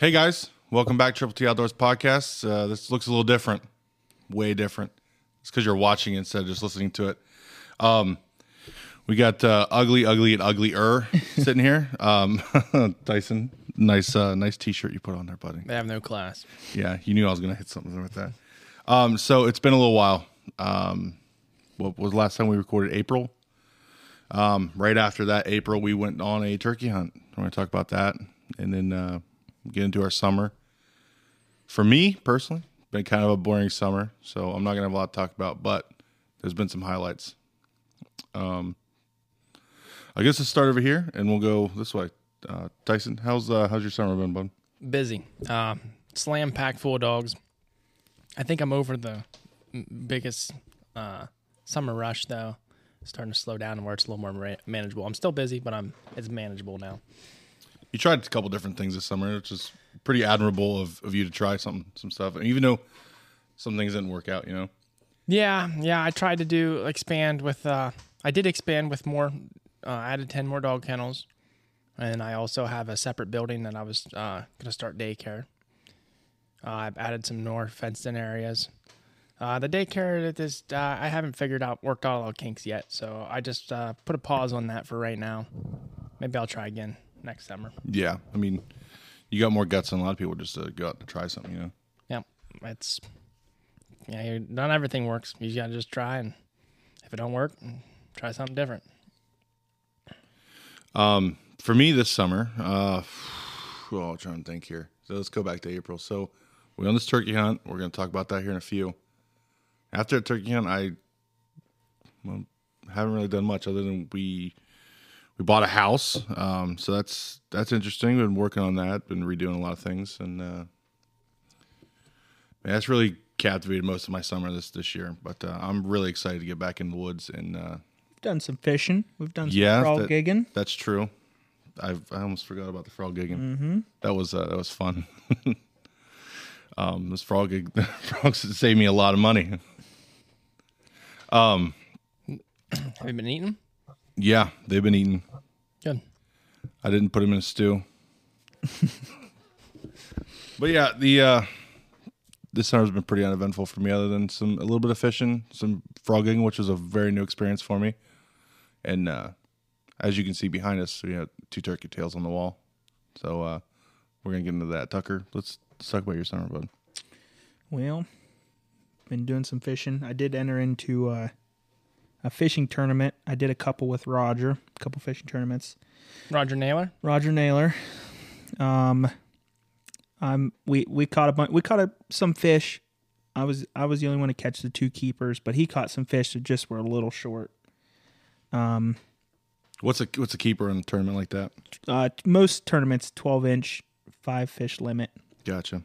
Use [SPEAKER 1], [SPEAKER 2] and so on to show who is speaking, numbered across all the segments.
[SPEAKER 1] Hey guys, welcome back Triple T Outdoors Podcast. Uh, this looks a little different, way different. It's because you're watching it instead of just listening to it. Um, we got uh, ugly, ugly, and uglier sitting here. Um, Dyson, nice, uh, nice T-shirt you put on there, buddy.
[SPEAKER 2] They have no class.
[SPEAKER 1] Yeah, you knew I was gonna hit something with that. Um, so it's been a little while. Um, what was the last time we recorded? April. Um, right after that, April, we went on a turkey hunt. We're gonna talk about that, and then uh, get into our summer. For me personally, been kind of a boring summer, so I'm not gonna have a lot to talk about. But there's been some highlights. Um, I guess let's start over here, and we'll go this way. Uh, Tyson, how's uh, how's your summer been, bud?
[SPEAKER 2] Busy. Uh, slam pack full of dogs. I think I'm over the m- biggest uh, summer rush though. Starting to slow down to where it's a little more ma- manageable. I'm still busy, but I'm it's manageable now.
[SPEAKER 1] you tried a couple different things this summer, which is pretty admirable of, of you to try some some stuff. And even though some things didn't work out, you know,
[SPEAKER 2] Yeah, yeah. I tried to do expand with. Uh, I did expand with more. Uh, I added ten more dog kennels, and I also have a separate building that I was uh, gonna start daycare. Uh, I've added some more fenced-in areas. Uh, the daycare that is, uh, I haven't figured out worked out all the kinks yet, so I just uh, put a pause on that for right now. Maybe I'll try again next summer.
[SPEAKER 1] yeah. I mean, you got more guts than a lot of people just to go out and try something, you know.
[SPEAKER 2] Yeah, it's yeah. you not everything works. You gotta just try, and if it don't work, try something different.
[SPEAKER 1] For me this summer, uh, well, I'm trying to think here. So let's go back to April. So we on this turkey hunt. We're going to talk about that here in a few. After the turkey hunt, I well, haven't really done much other than we we bought a house. Um, so that's that's interesting. Been working on that. Been redoing a lot of things, and uh, man, that's really captivated most of my summer this this year. But uh, I'm really excited to get back in the woods and uh,
[SPEAKER 3] done some fishing. We've done some
[SPEAKER 1] yeah,
[SPEAKER 3] frog
[SPEAKER 1] that-
[SPEAKER 3] gigging.
[SPEAKER 1] That's true. I I almost forgot about the frog gigging. That was uh, that was fun. um, this frog gig, frogs saved me a lot of money.
[SPEAKER 2] Have you been eating?
[SPEAKER 1] Yeah, they've been eating.
[SPEAKER 2] Good.
[SPEAKER 1] I didn't put them in a stew. but yeah, the uh, this summer's been pretty uneventful for me, other than some a little bit of fishing, some frogging, which was a very new experience for me. And uh, as you can see behind us, we have two turkey tails on the wall. So uh, we're gonna get into that. Tucker, let's, let's talk about your summer, bud.
[SPEAKER 3] Well, been doing some fishing. I did enter into uh, a fishing tournament. I did a couple with Roger, a couple fishing tournaments.
[SPEAKER 2] Roger Naylor.
[SPEAKER 3] Roger Naylor. Um, I'm we we caught a bunch. We caught a, some fish. I was I was the only one to catch the two keepers, but he caught some fish that just were a little short.
[SPEAKER 1] What's a what's a keeper in a tournament like that?
[SPEAKER 3] Uh, most tournaments, twelve inch, five fish limit.
[SPEAKER 1] Gotcha.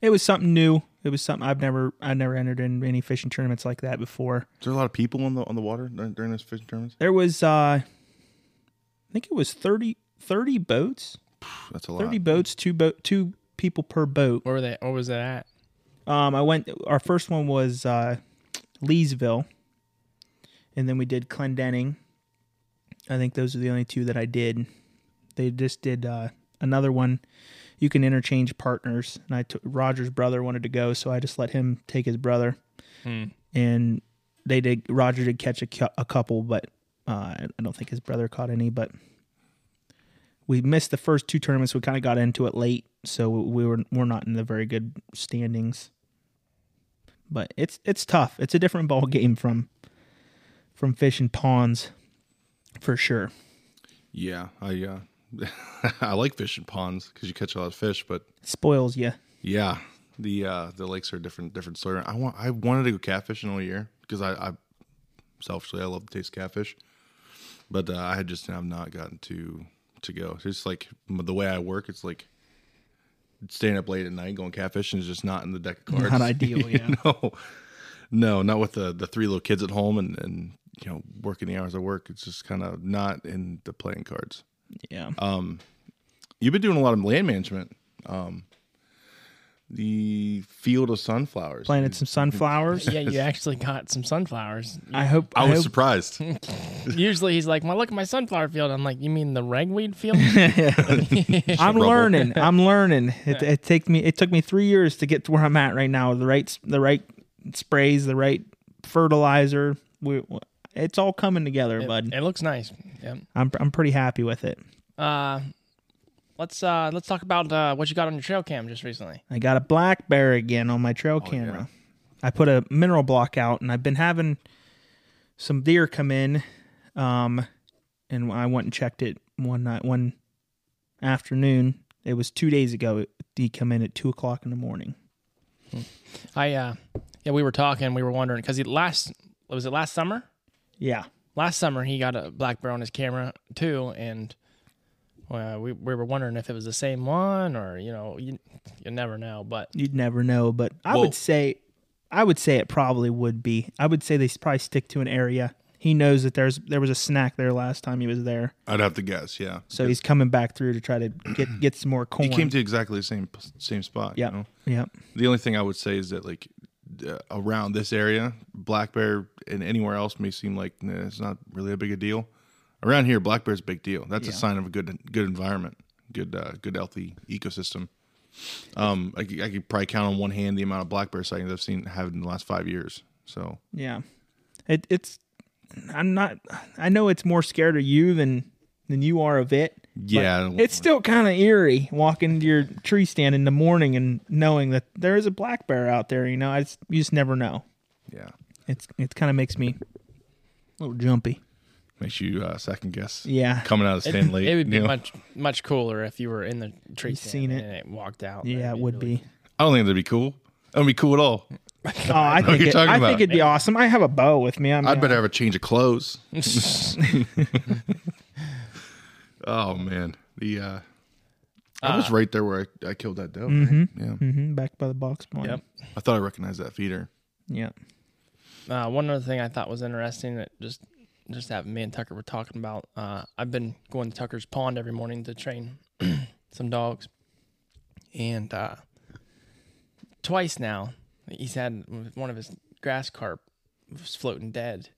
[SPEAKER 3] It was something new. It was something I've never I've never entered in any fishing tournaments like that before.
[SPEAKER 1] Is there a lot of people on the on the water during, during those fishing tournaments?
[SPEAKER 3] there was uh i think it was 30 30 boats
[SPEAKER 1] That's a lot.
[SPEAKER 3] 30 boats two boat two people per boat
[SPEAKER 2] Where were they? Where was that at?
[SPEAKER 3] um i went our first one was uh leesville and then we did clendenning i think those are the only two that i did they just did uh another one you can interchange partners and i took roger's brother wanted to go so i just let him take his brother and they did roger did catch a, cou- a couple but uh, i don't think his brother caught any but we missed the first two tournaments we kind of got into it late so we were we're not in the very good standings but it's it's tough it's a different ball game from from fish and ponds for sure
[SPEAKER 1] Yeah, I uh, I like fishing ponds because you catch a lot of fish, but
[SPEAKER 3] spoils you
[SPEAKER 1] yeah, the uh, the lakes are a different different story. I want I wanted to go catfishing all year because I, I selfishly I love the taste of catfish, but uh, I had just have not gotten to to go. It's just like m- the way I work. It's like staying up late at night going catfishing is just not in the deck of cards.
[SPEAKER 3] Not ideal,
[SPEAKER 1] You
[SPEAKER 3] yeah.
[SPEAKER 1] know? no, not with the the three little kids at home and and you know working the hours I work. It's just kind of not in the playing cards
[SPEAKER 3] yeah
[SPEAKER 1] you've been doing a lot of land management. Um, the field of sunflowers.
[SPEAKER 3] planted some sunflowers.
[SPEAKER 2] yeah, you actually got some sunflowers.
[SPEAKER 3] I hope.
[SPEAKER 1] I was
[SPEAKER 3] hope,
[SPEAKER 1] surprised.
[SPEAKER 2] Usually he's like, "Well, look at my sunflower field." I'm like, "You mean the ragweed field?"
[SPEAKER 3] I'm
[SPEAKER 1] rubble.
[SPEAKER 3] learning. I'm learning. It, it take me. It took me three years to get to where I'm at right now. The right. The right sprays. The right fertilizer. We. It's all coming together, bud.
[SPEAKER 2] it looks nice. Yeah.
[SPEAKER 3] I'm. I'm pretty happy with it.
[SPEAKER 2] Uh, let's uh let's talk about uh, what you got on your trail cam just recently.
[SPEAKER 3] I got a black bear again on my
[SPEAKER 1] Oh,
[SPEAKER 3] trail camera. I put a mineral block out, and I've been having some deer come in. Um, and I went and checked it one night, one afternoon. It was two days ago. He come in at two o'clock in the morning.
[SPEAKER 2] I uh yeah, we were talking, we were wondering cuz last was it last summer?
[SPEAKER 3] Yeah,
[SPEAKER 2] Last summer he got a black bear on his camera too and uh, we we were wondering if it was the same one or you know, you you never know, but
[SPEAKER 3] you'd never know, but I
[SPEAKER 1] Well-
[SPEAKER 3] would say, I would say it probably would be. I would say they s- probably stick to an area. He knows that there's there was a snack there last time he was there,
[SPEAKER 1] I'd have to guess. Yeah.
[SPEAKER 3] so he's coming back through to try to get get some more corn.
[SPEAKER 1] He came to Oh. exactly the same same spot. you
[SPEAKER 3] Yep.
[SPEAKER 1] know?
[SPEAKER 3] Yep.
[SPEAKER 1] The only thing I would say is that like uh, around this area, black bear and anywhere else may seem like nah, it's not really a big a deal. Around here, black bear's a big deal. That's a sign of a good good environment, good uh, good healthy ecosystem. Um, I, could- I could probably count on one hand the amount of black bear sightings I've seen have in the last five years. So
[SPEAKER 3] Yeah. It it's I'm not I know it's more scared of you than than you are of it.
[SPEAKER 1] yeah, I don't-
[SPEAKER 3] It's still kind of eerie walking into your tree stand in the morning and knowing that there is a black bear out there, you know. I just, you just never know.
[SPEAKER 1] yeah,
[SPEAKER 3] It's it kind of makes me a little jumpy.
[SPEAKER 1] makes you uh, second guess.
[SPEAKER 3] Yeah.
[SPEAKER 1] coming out of
[SPEAKER 2] it,
[SPEAKER 1] stand late.
[SPEAKER 2] it would be
[SPEAKER 1] you know?
[SPEAKER 2] much much cooler if you were in the tree stand
[SPEAKER 3] seen it.
[SPEAKER 2] and it walked out.
[SPEAKER 3] Yeah, it
[SPEAKER 2] That'd
[SPEAKER 3] would
[SPEAKER 2] really-
[SPEAKER 3] be.
[SPEAKER 1] I don't think that'd be cool. That would be cool at all.
[SPEAKER 3] Oh, I
[SPEAKER 1] what
[SPEAKER 3] think
[SPEAKER 1] you're
[SPEAKER 3] it,
[SPEAKER 1] talking
[SPEAKER 3] I
[SPEAKER 1] about.
[SPEAKER 3] think it'd be awesome. I have a bow with me. I'm,
[SPEAKER 1] I'd better have a change of clothes. oh man, the uh, I
[SPEAKER 2] Ah.
[SPEAKER 1] was right there where I, I killed that doe. right?
[SPEAKER 2] Mm.
[SPEAKER 1] Yeah,
[SPEAKER 3] hmm uh, back by the box barn.
[SPEAKER 2] Yep.
[SPEAKER 1] I thought I recognized that feeder.
[SPEAKER 3] Yeah.
[SPEAKER 2] Uh, one other thing I thought was interesting that just just that me and Tucker were talking about. Uh, I've been going to Tucker's pond every morning to train some dogs, and uh, twice now he's had one of his grass carp was floating dead.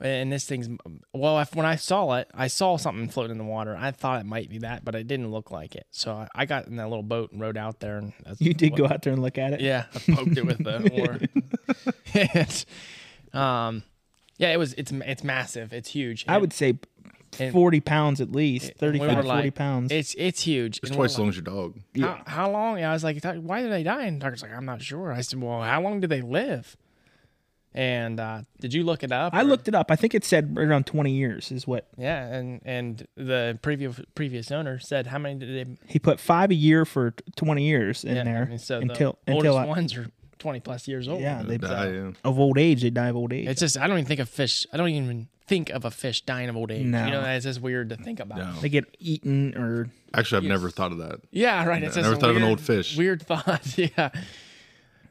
[SPEAKER 2] And this thing's well. If, when I saw it, I saw something floating in the water. I thought it might be that, but it didn't look like it. So I, I got in that little boat and rowed out there. And that's
[SPEAKER 3] You did
[SPEAKER 2] what-
[SPEAKER 3] go out there and look at it.
[SPEAKER 2] yeah, I poked it with the oar. It's, um, yeah, it was. It's it's massive. It's huge.
[SPEAKER 3] I would say
[SPEAKER 2] And-
[SPEAKER 3] 40 pounds at least,
[SPEAKER 2] And
[SPEAKER 3] 35 40
[SPEAKER 2] like,
[SPEAKER 3] pounds.
[SPEAKER 2] It's it's huge.
[SPEAKER 1] It's
[SPEAKER 2] And we're
[SPEAKER 1] twice as long as your dog.
[SPEAKER 2] like, how, how long? I was like, "Doc, why did they die? And Doctor's like, I'm not sure. I said, well, how long did they live? And uh, did you look it up?
[SPEAKER 3] I
[SPEAKER 2] or-
[SPEAKER 3] looked it up. I think it said right around 20 years is what
[SPEAKER 2] Yeah, and and the previous previous owner said how many did they?
[SPEAKER 3] he put five a year for t- 20 years in
[SPEAKER 2] yeah,
[SPEAKER 3] there
[SPEAKER 2] I mean, so
[SPEAKER 3] until
[SPEAKER 2] the
[SPEAKER 3] until
[SPEAKER 2] oldest
[SPEAKER 3] I,
[SPEAKER 2] ones are 20 plus years old.
[SPEAKER 3] yeah they
[SPEAKER 1] Die, yeah.
[SPEAKER 3] of old age they die of old age.
[SPEAKER 2] It's just I don't even think of fish. I don't even think of a fish dying of old age.
[SPEAKER 3] No.
[SPEAKER 2] You know, that's just weird to think about.
[SPEAKER 1] No.
[SPEAKER 3] They get eaten or
[SPEAKER 1] Actually, I've never thought of that.
[SPEAKER 2] Yeah, right. It's
[SPEAKER 1] I
[SPEAKER 2] just
[SPEAKER 1] never
[SPEAKER 2] a
[SPEAKER 1] thought of an
[SPEAKER 2] weird-
[SPEAKER 1] old fish.
[SPEAKER 2] Weird thought. Yeah,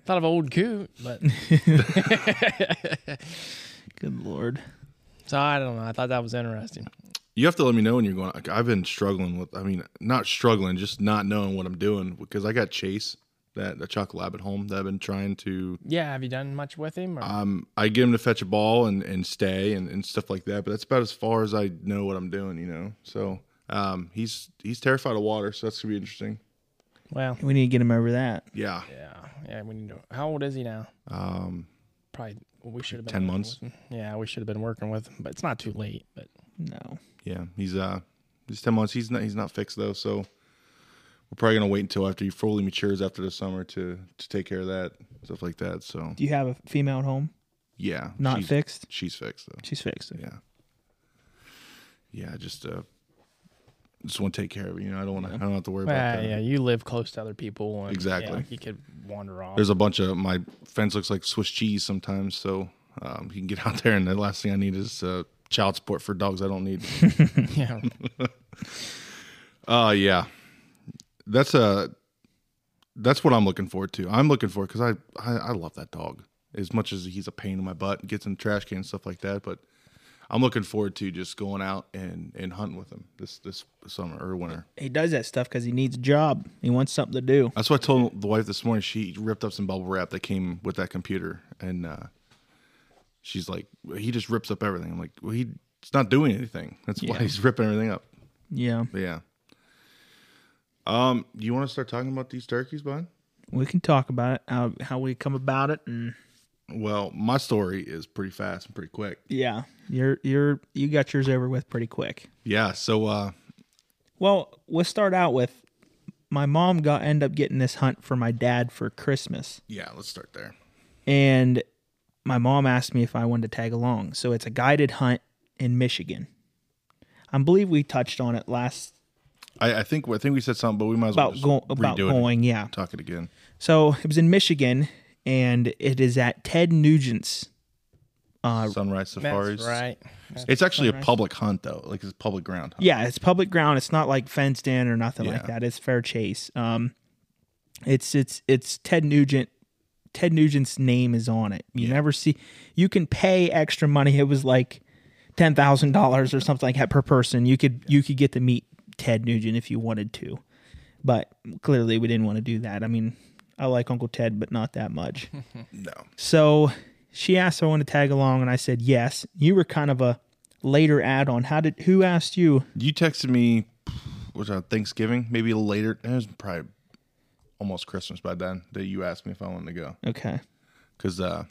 [SPEAKER 2] thought of old coot, but
[SPEAKER 3] good lord.
[SPEAKER 2] so I don't know. I thought that was interesting.
[SPEAKER 1] You have to let me know when you're going. Like, I've been struggling with. I mean, not struggling, just not knowing what I'm doing because I got Chase, that a chocolate lab at home that I've been trying to
[SPEAKER 2] Yeah, have you done much with him? Or?
[SPEAKER 1] um, I get him to fetch a ball and, and stay and, and stuff like that. But that's about as far as I know what I'm doing, you know. So um, he's he's terrified of water, so that's gonna be interesting.
[SPEAKER 2] well,
[SPEAKER 3] We need to get him over that.
[SPEAKER 1] Yeah,
[SPEAKER 2] yeah, yeah. We need to. How old is he now?
[SPEAKER 1] um,
[SPEAKER 2] Probably well, we should have been
[SPEAKER 1] ten
[SPEAKER 2] working
[SPEAKER 1] months.
[SPEAKER 2] with him. Yeah, we should have been working with him, but it's not too late. But
[SPEAKER 3] No.
[SPEAKER 1] Yeah, he's uh he's ten months. He's not he's not fixed though, so we're probably gonna wait until after he fully matures after the summer to to take care of that stuff like that. So
[SPEAKER 3] Do you have a female at home?
[SPEAKER 1] yeah,
[SPEAKER 3] Not
[SPEAKER 1] she's-
[SPEAKER 3] fixed.
[SPEAKER 1] She's fixed though.
[SPEAKER 3] She's fixed.
[SPEAKER 1] Yeah, yeah. Just uh, just want to take care of it. You know, I don't want to. I don't have to worry about
[SPEAKER 2] Ah,
[SPEAKER 1] that.
[SPEAKER 2] yeah, you live close to other people. And,
[SPEAKER 1] Exactly.
[SPEAKER 2] Yeah, you could wander off.
[SPEAKER 1] There's a bunch of my fence looks like Swiss cheese sometimes, so um, you can get out there, and the last thing I need is uh, child support for dogs I don't need.
[SPEAKER 2] yeah,
[SPEAKER 1] uh yeah, that's uh that's what I'm looking forward to. I'm looking forward because I, I I love that dog as much as he's a pain in my butt, gets in the trash can and stuff like that. But I'm looking forward to just going out and and hunting with him this this summer or winter.
[SPEAKER 3] He does that stuff because he needs a job. He wants something to do.
[SPEAKER 1] That's what I told the wife this morning. She ripped up some bubble wrap that came with that computer, and uh, she's like, "He just rips up everything." I'm like, "Well, he's not doing anything. That's why
[SPEAKER 3] Yeah.
[SPEAKER 1] he's ripping everything up."
[SPEAKER 3] Yeah,
[SPEAKER 1] But yeah. Um, you want to start talking about these turkeys, bud?
[SPEAKER 3] we can talk about it, how, how we come about it, and
[SPEAKER 1] Well, my story is pretty fast and pretty quick.
[SPEAKER 3] yeah, you're you're you got yours over with pretty quick.
[SPEAKER 1] Yeah. So, uh,
[SPEAKER 3] Well, we'll start out with my mom got end up getting this hunt for my dad for Christmas,
[SPEAKER 1] yeah, let's start there.
[SPEAKER 3] and my mom asked me if I wanted to tag along. So it's a guided hunt in Michigan. I believe we touched on it last
[SPEAKER 1] I, I think I think we said something, but we might as well
[SPEAKER 3] about
[SPEAKER 1] just
[SPEAKER 3] go, about
[SPEAKER 1] redo it and
[SPEAKER 3] going. Yeah,
[SPEAKER 1] talk it again.
[SPEAKER 3] so it was in Michigan, and it is at Ted Nugent's. Uh,
[SPEAKER 1] Sunrise
[SPEAKER 2] That's
[SPEAKER 1] safaris.
[SPEAKER 2] right.
[SPEAKER 1] It's actually a public hunt though, like it's a public ground hunt.
[SPEAKER 3] Yeah, it's public ground. It's not like fenced in or nothing like
[SPEAKER 1] Yeah.
[SPEAKER 3] that. It's fair chase. Um, it's it's it's Ted Nugent. Ted Nugent's name is on it. You never see. You can pay extra money. It was like ten thousand dollars or something like that per person. You could you could get to meet Ted Nugent if you wanted to, but clearly we didn't want to do that. I mean, I like Uncle Ted, but not that much.
[SPEAKER 1] No.
[SPEAKER 3] So she asked if I wanted to tag along, and I said yes. You were kind of a later add on. How did who asked you?
[SPEAKER 1] You texted me was that Thanksgiving, maybe later. It was probably almost Christmas by then that you asked me if I wanted to go
[SPEAKER 3] Okay.
[SPEAKER 1] because uh,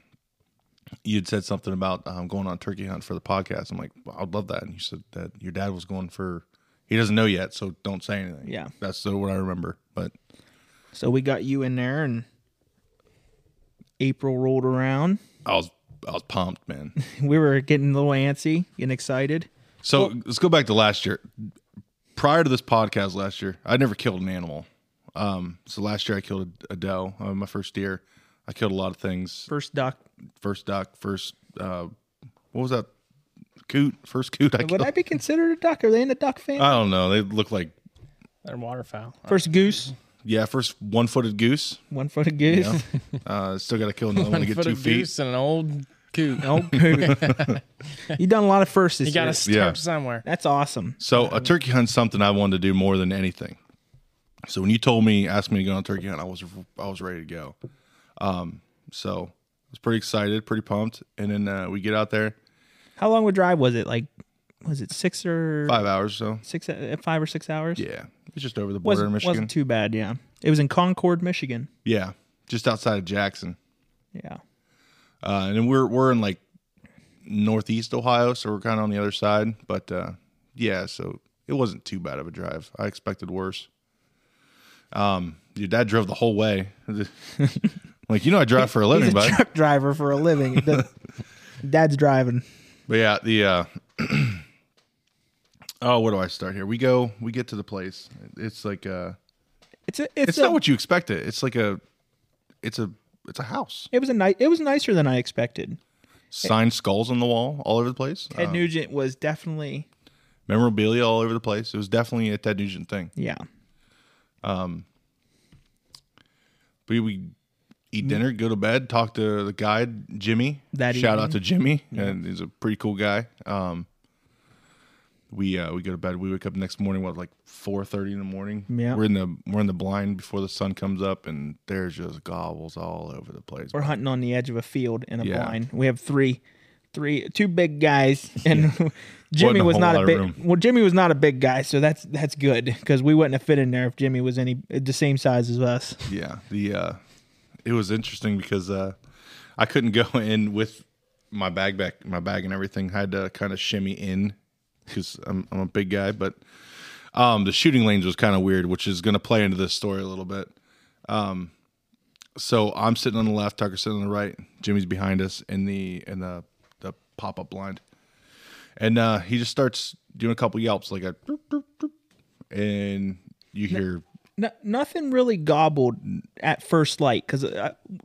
[SPEAKER 1] you had said something about um, going on turkey hunt for the podcast. I'm like, well, I'd love that, and you said that your dad was going for. He doesn't know yet, so don't say anything.
[SPEAKER 3] Yeah.
[SPEAKER 1] that's the, what I remember. But
[SPEAKER 3] So we got you in there, and April rolled around.
[SPEAKER 1] I was I was pumped, man.
[SPEAKER 3] We were getting a little antsy, getting excited.
[SPEAKER 1] So let's go back to last year. Prior to this podcast last year, I never killed an animal. Um, so last year I killed a, a doe, uh, my first deer. I killed a lot of things.
[SPEAKER 3] First duck.
[SPEAKER 1] First duck, first uh, what was that? Coot, first coot I
[SPEAKER 3] Would
[SPEAKER 1] killed.
[SPEAKER 3] I be considered a duck? Are they in the duck family?
[SPEAKER 1] I don't know. They look like
[SPEAKER 2] They're waterfowl.
[SPEAKER 3] Uh, First goose,
[SPEAKER 1] yeah, first one-footed goose.
[SPEAKER 3] one footed goose.
[SPEAKER 1] Yeah. Uh, still got to kill another one to get
[SPEAKER 2] Foot
[SPEAKER 1] two
[SPEAKER 2] of
[SPEAKER 1] feet.
[SPEAKER 2] goose and an old coot.
[SPEAKER 3] Oh, poop. you done a lot of firsts this
[SPEAKER 2] You got
[SPEAKER 3] year.
[SPEAKER 2] to start
[SPEAKER 1] Yeah.
[SPEAKER 2] somewhere.
[SPEAKER 3] That's awesome.
[SPEAKER 1] So a turkey hunt's something I wanted to do more than anything. So when you told me, asked me to go on a turkey hunt, I was I was ready to go. Um, so I was pretty excited, pretty pumped, and then uh, we get out there
[SPEAKER 3] How long a drive was it? Like, was it six or
[SPEAKER 1] five hours or so.
[SPEAKER 3] six? uh, Five or six hours?
[SPEAKER 1] Yeah, it's just over the border
[SPEAKER 3] wasn't
[SPEAKER 1] in Michigan.
[SPEAKER 3] wasn't too bad. Yeah, it was in Concord, Michigan.
[SPEAKER 1] yeah, just outside of Jackson,
[SPEAKER 3] Yeah,
[SPEAKER 1] uh, and then we're we're in like northeast Ohio, so we're kind of on the other side. But uh, yeah, so it wasn't too bad of a drive. I expected worse. Um, your dad drove the whole way. like you know, I drive for a living,
[SPEAKER 3] he's a
[SPEAKER 1] bud.
[SPEAKER 3] truck driver for a living. It does- Dad's driving.
[SPEAKER 1] But yeah, the uh Oh, where do I start here? We go, we get to the place. It's like uh
[SPEAKER 3] It's a, it's,
[SPEAKER 1] it's
[SPEAKER 3] a,
[SPEAKER 1] not what you expected. It's like a it's a it's a house.
[SPEAKER 3] It was a nice. It was nicer than I expected.
[SPEAKER 1] Signed skulls on the wall all over the place.
[SPEAKER 3] Ted
[SPEAKER 1] Uh,
[SPEAKER 3] Nugent was definitely
[SPEAKER 1] memorabilia all over the place. It was definitely a Ted Nugent thing.
[SPEAKER 3] yeah.
[SPEAKER 1] We we eat dinner, go to bed, talk to the guide, Jimmy.
[SPEAKER 3] Mm-hmm. That
[SPEAKER 1] Shout out
[SPEAKER 3] evening.
[SPEAKER 1] to Jimmy. And he's a pretty cool guy. Um we uh, we go to bed. We wake up next morning, what like four thirty in the morning.
[SPEAKER 3] Yeah.
[SPEAKER 1] we're in the we're in the blind before the sun comes up, and there's just gobbles all over the place.
[SPEAKER 3] We're hunting on the edge of a field in a
[SPEAKER 1] Yeah.
[SPEAKER 3] blind. We have three, three, two big guys, and
[SPEAKER 1] Wasn't
[SPEAKER 3] Jimmy
[SPEAKER 1] a
[SPEAKER 3] was
[SPEAKER 1] whole
[SPEAKER 3] not
[SPEAKER 1] lot
[SPEAKER 3] a
[SPEAKER 1] of
[SPEAKER 3] big.
[SPEAKER 1] room.
[SPEAKER 3] Well, Jimmy was not a big guy, so that's that's good because we wouldn't have fit in there if Jimmy was any the same size as us.
[SPEAKER 1] Yeah, the uh, it was interesting because uh, I couldn't go in with my bag back, my bag and everything. I had to kind of shimmy in because I'm I'm a big guy, but um, the shooting lanes was kind of weird, which is going to play into this story a little bit. Um, so I'm sitting on the left, Tucker's sitting on the right, Jimmy's behind us in the in the the pop up blind, and uh, he just starts doing a couple yelps like a, "Doop, doop, doop," and you hear.
[SPEAKER 3] No, nothing really gobbled at first light because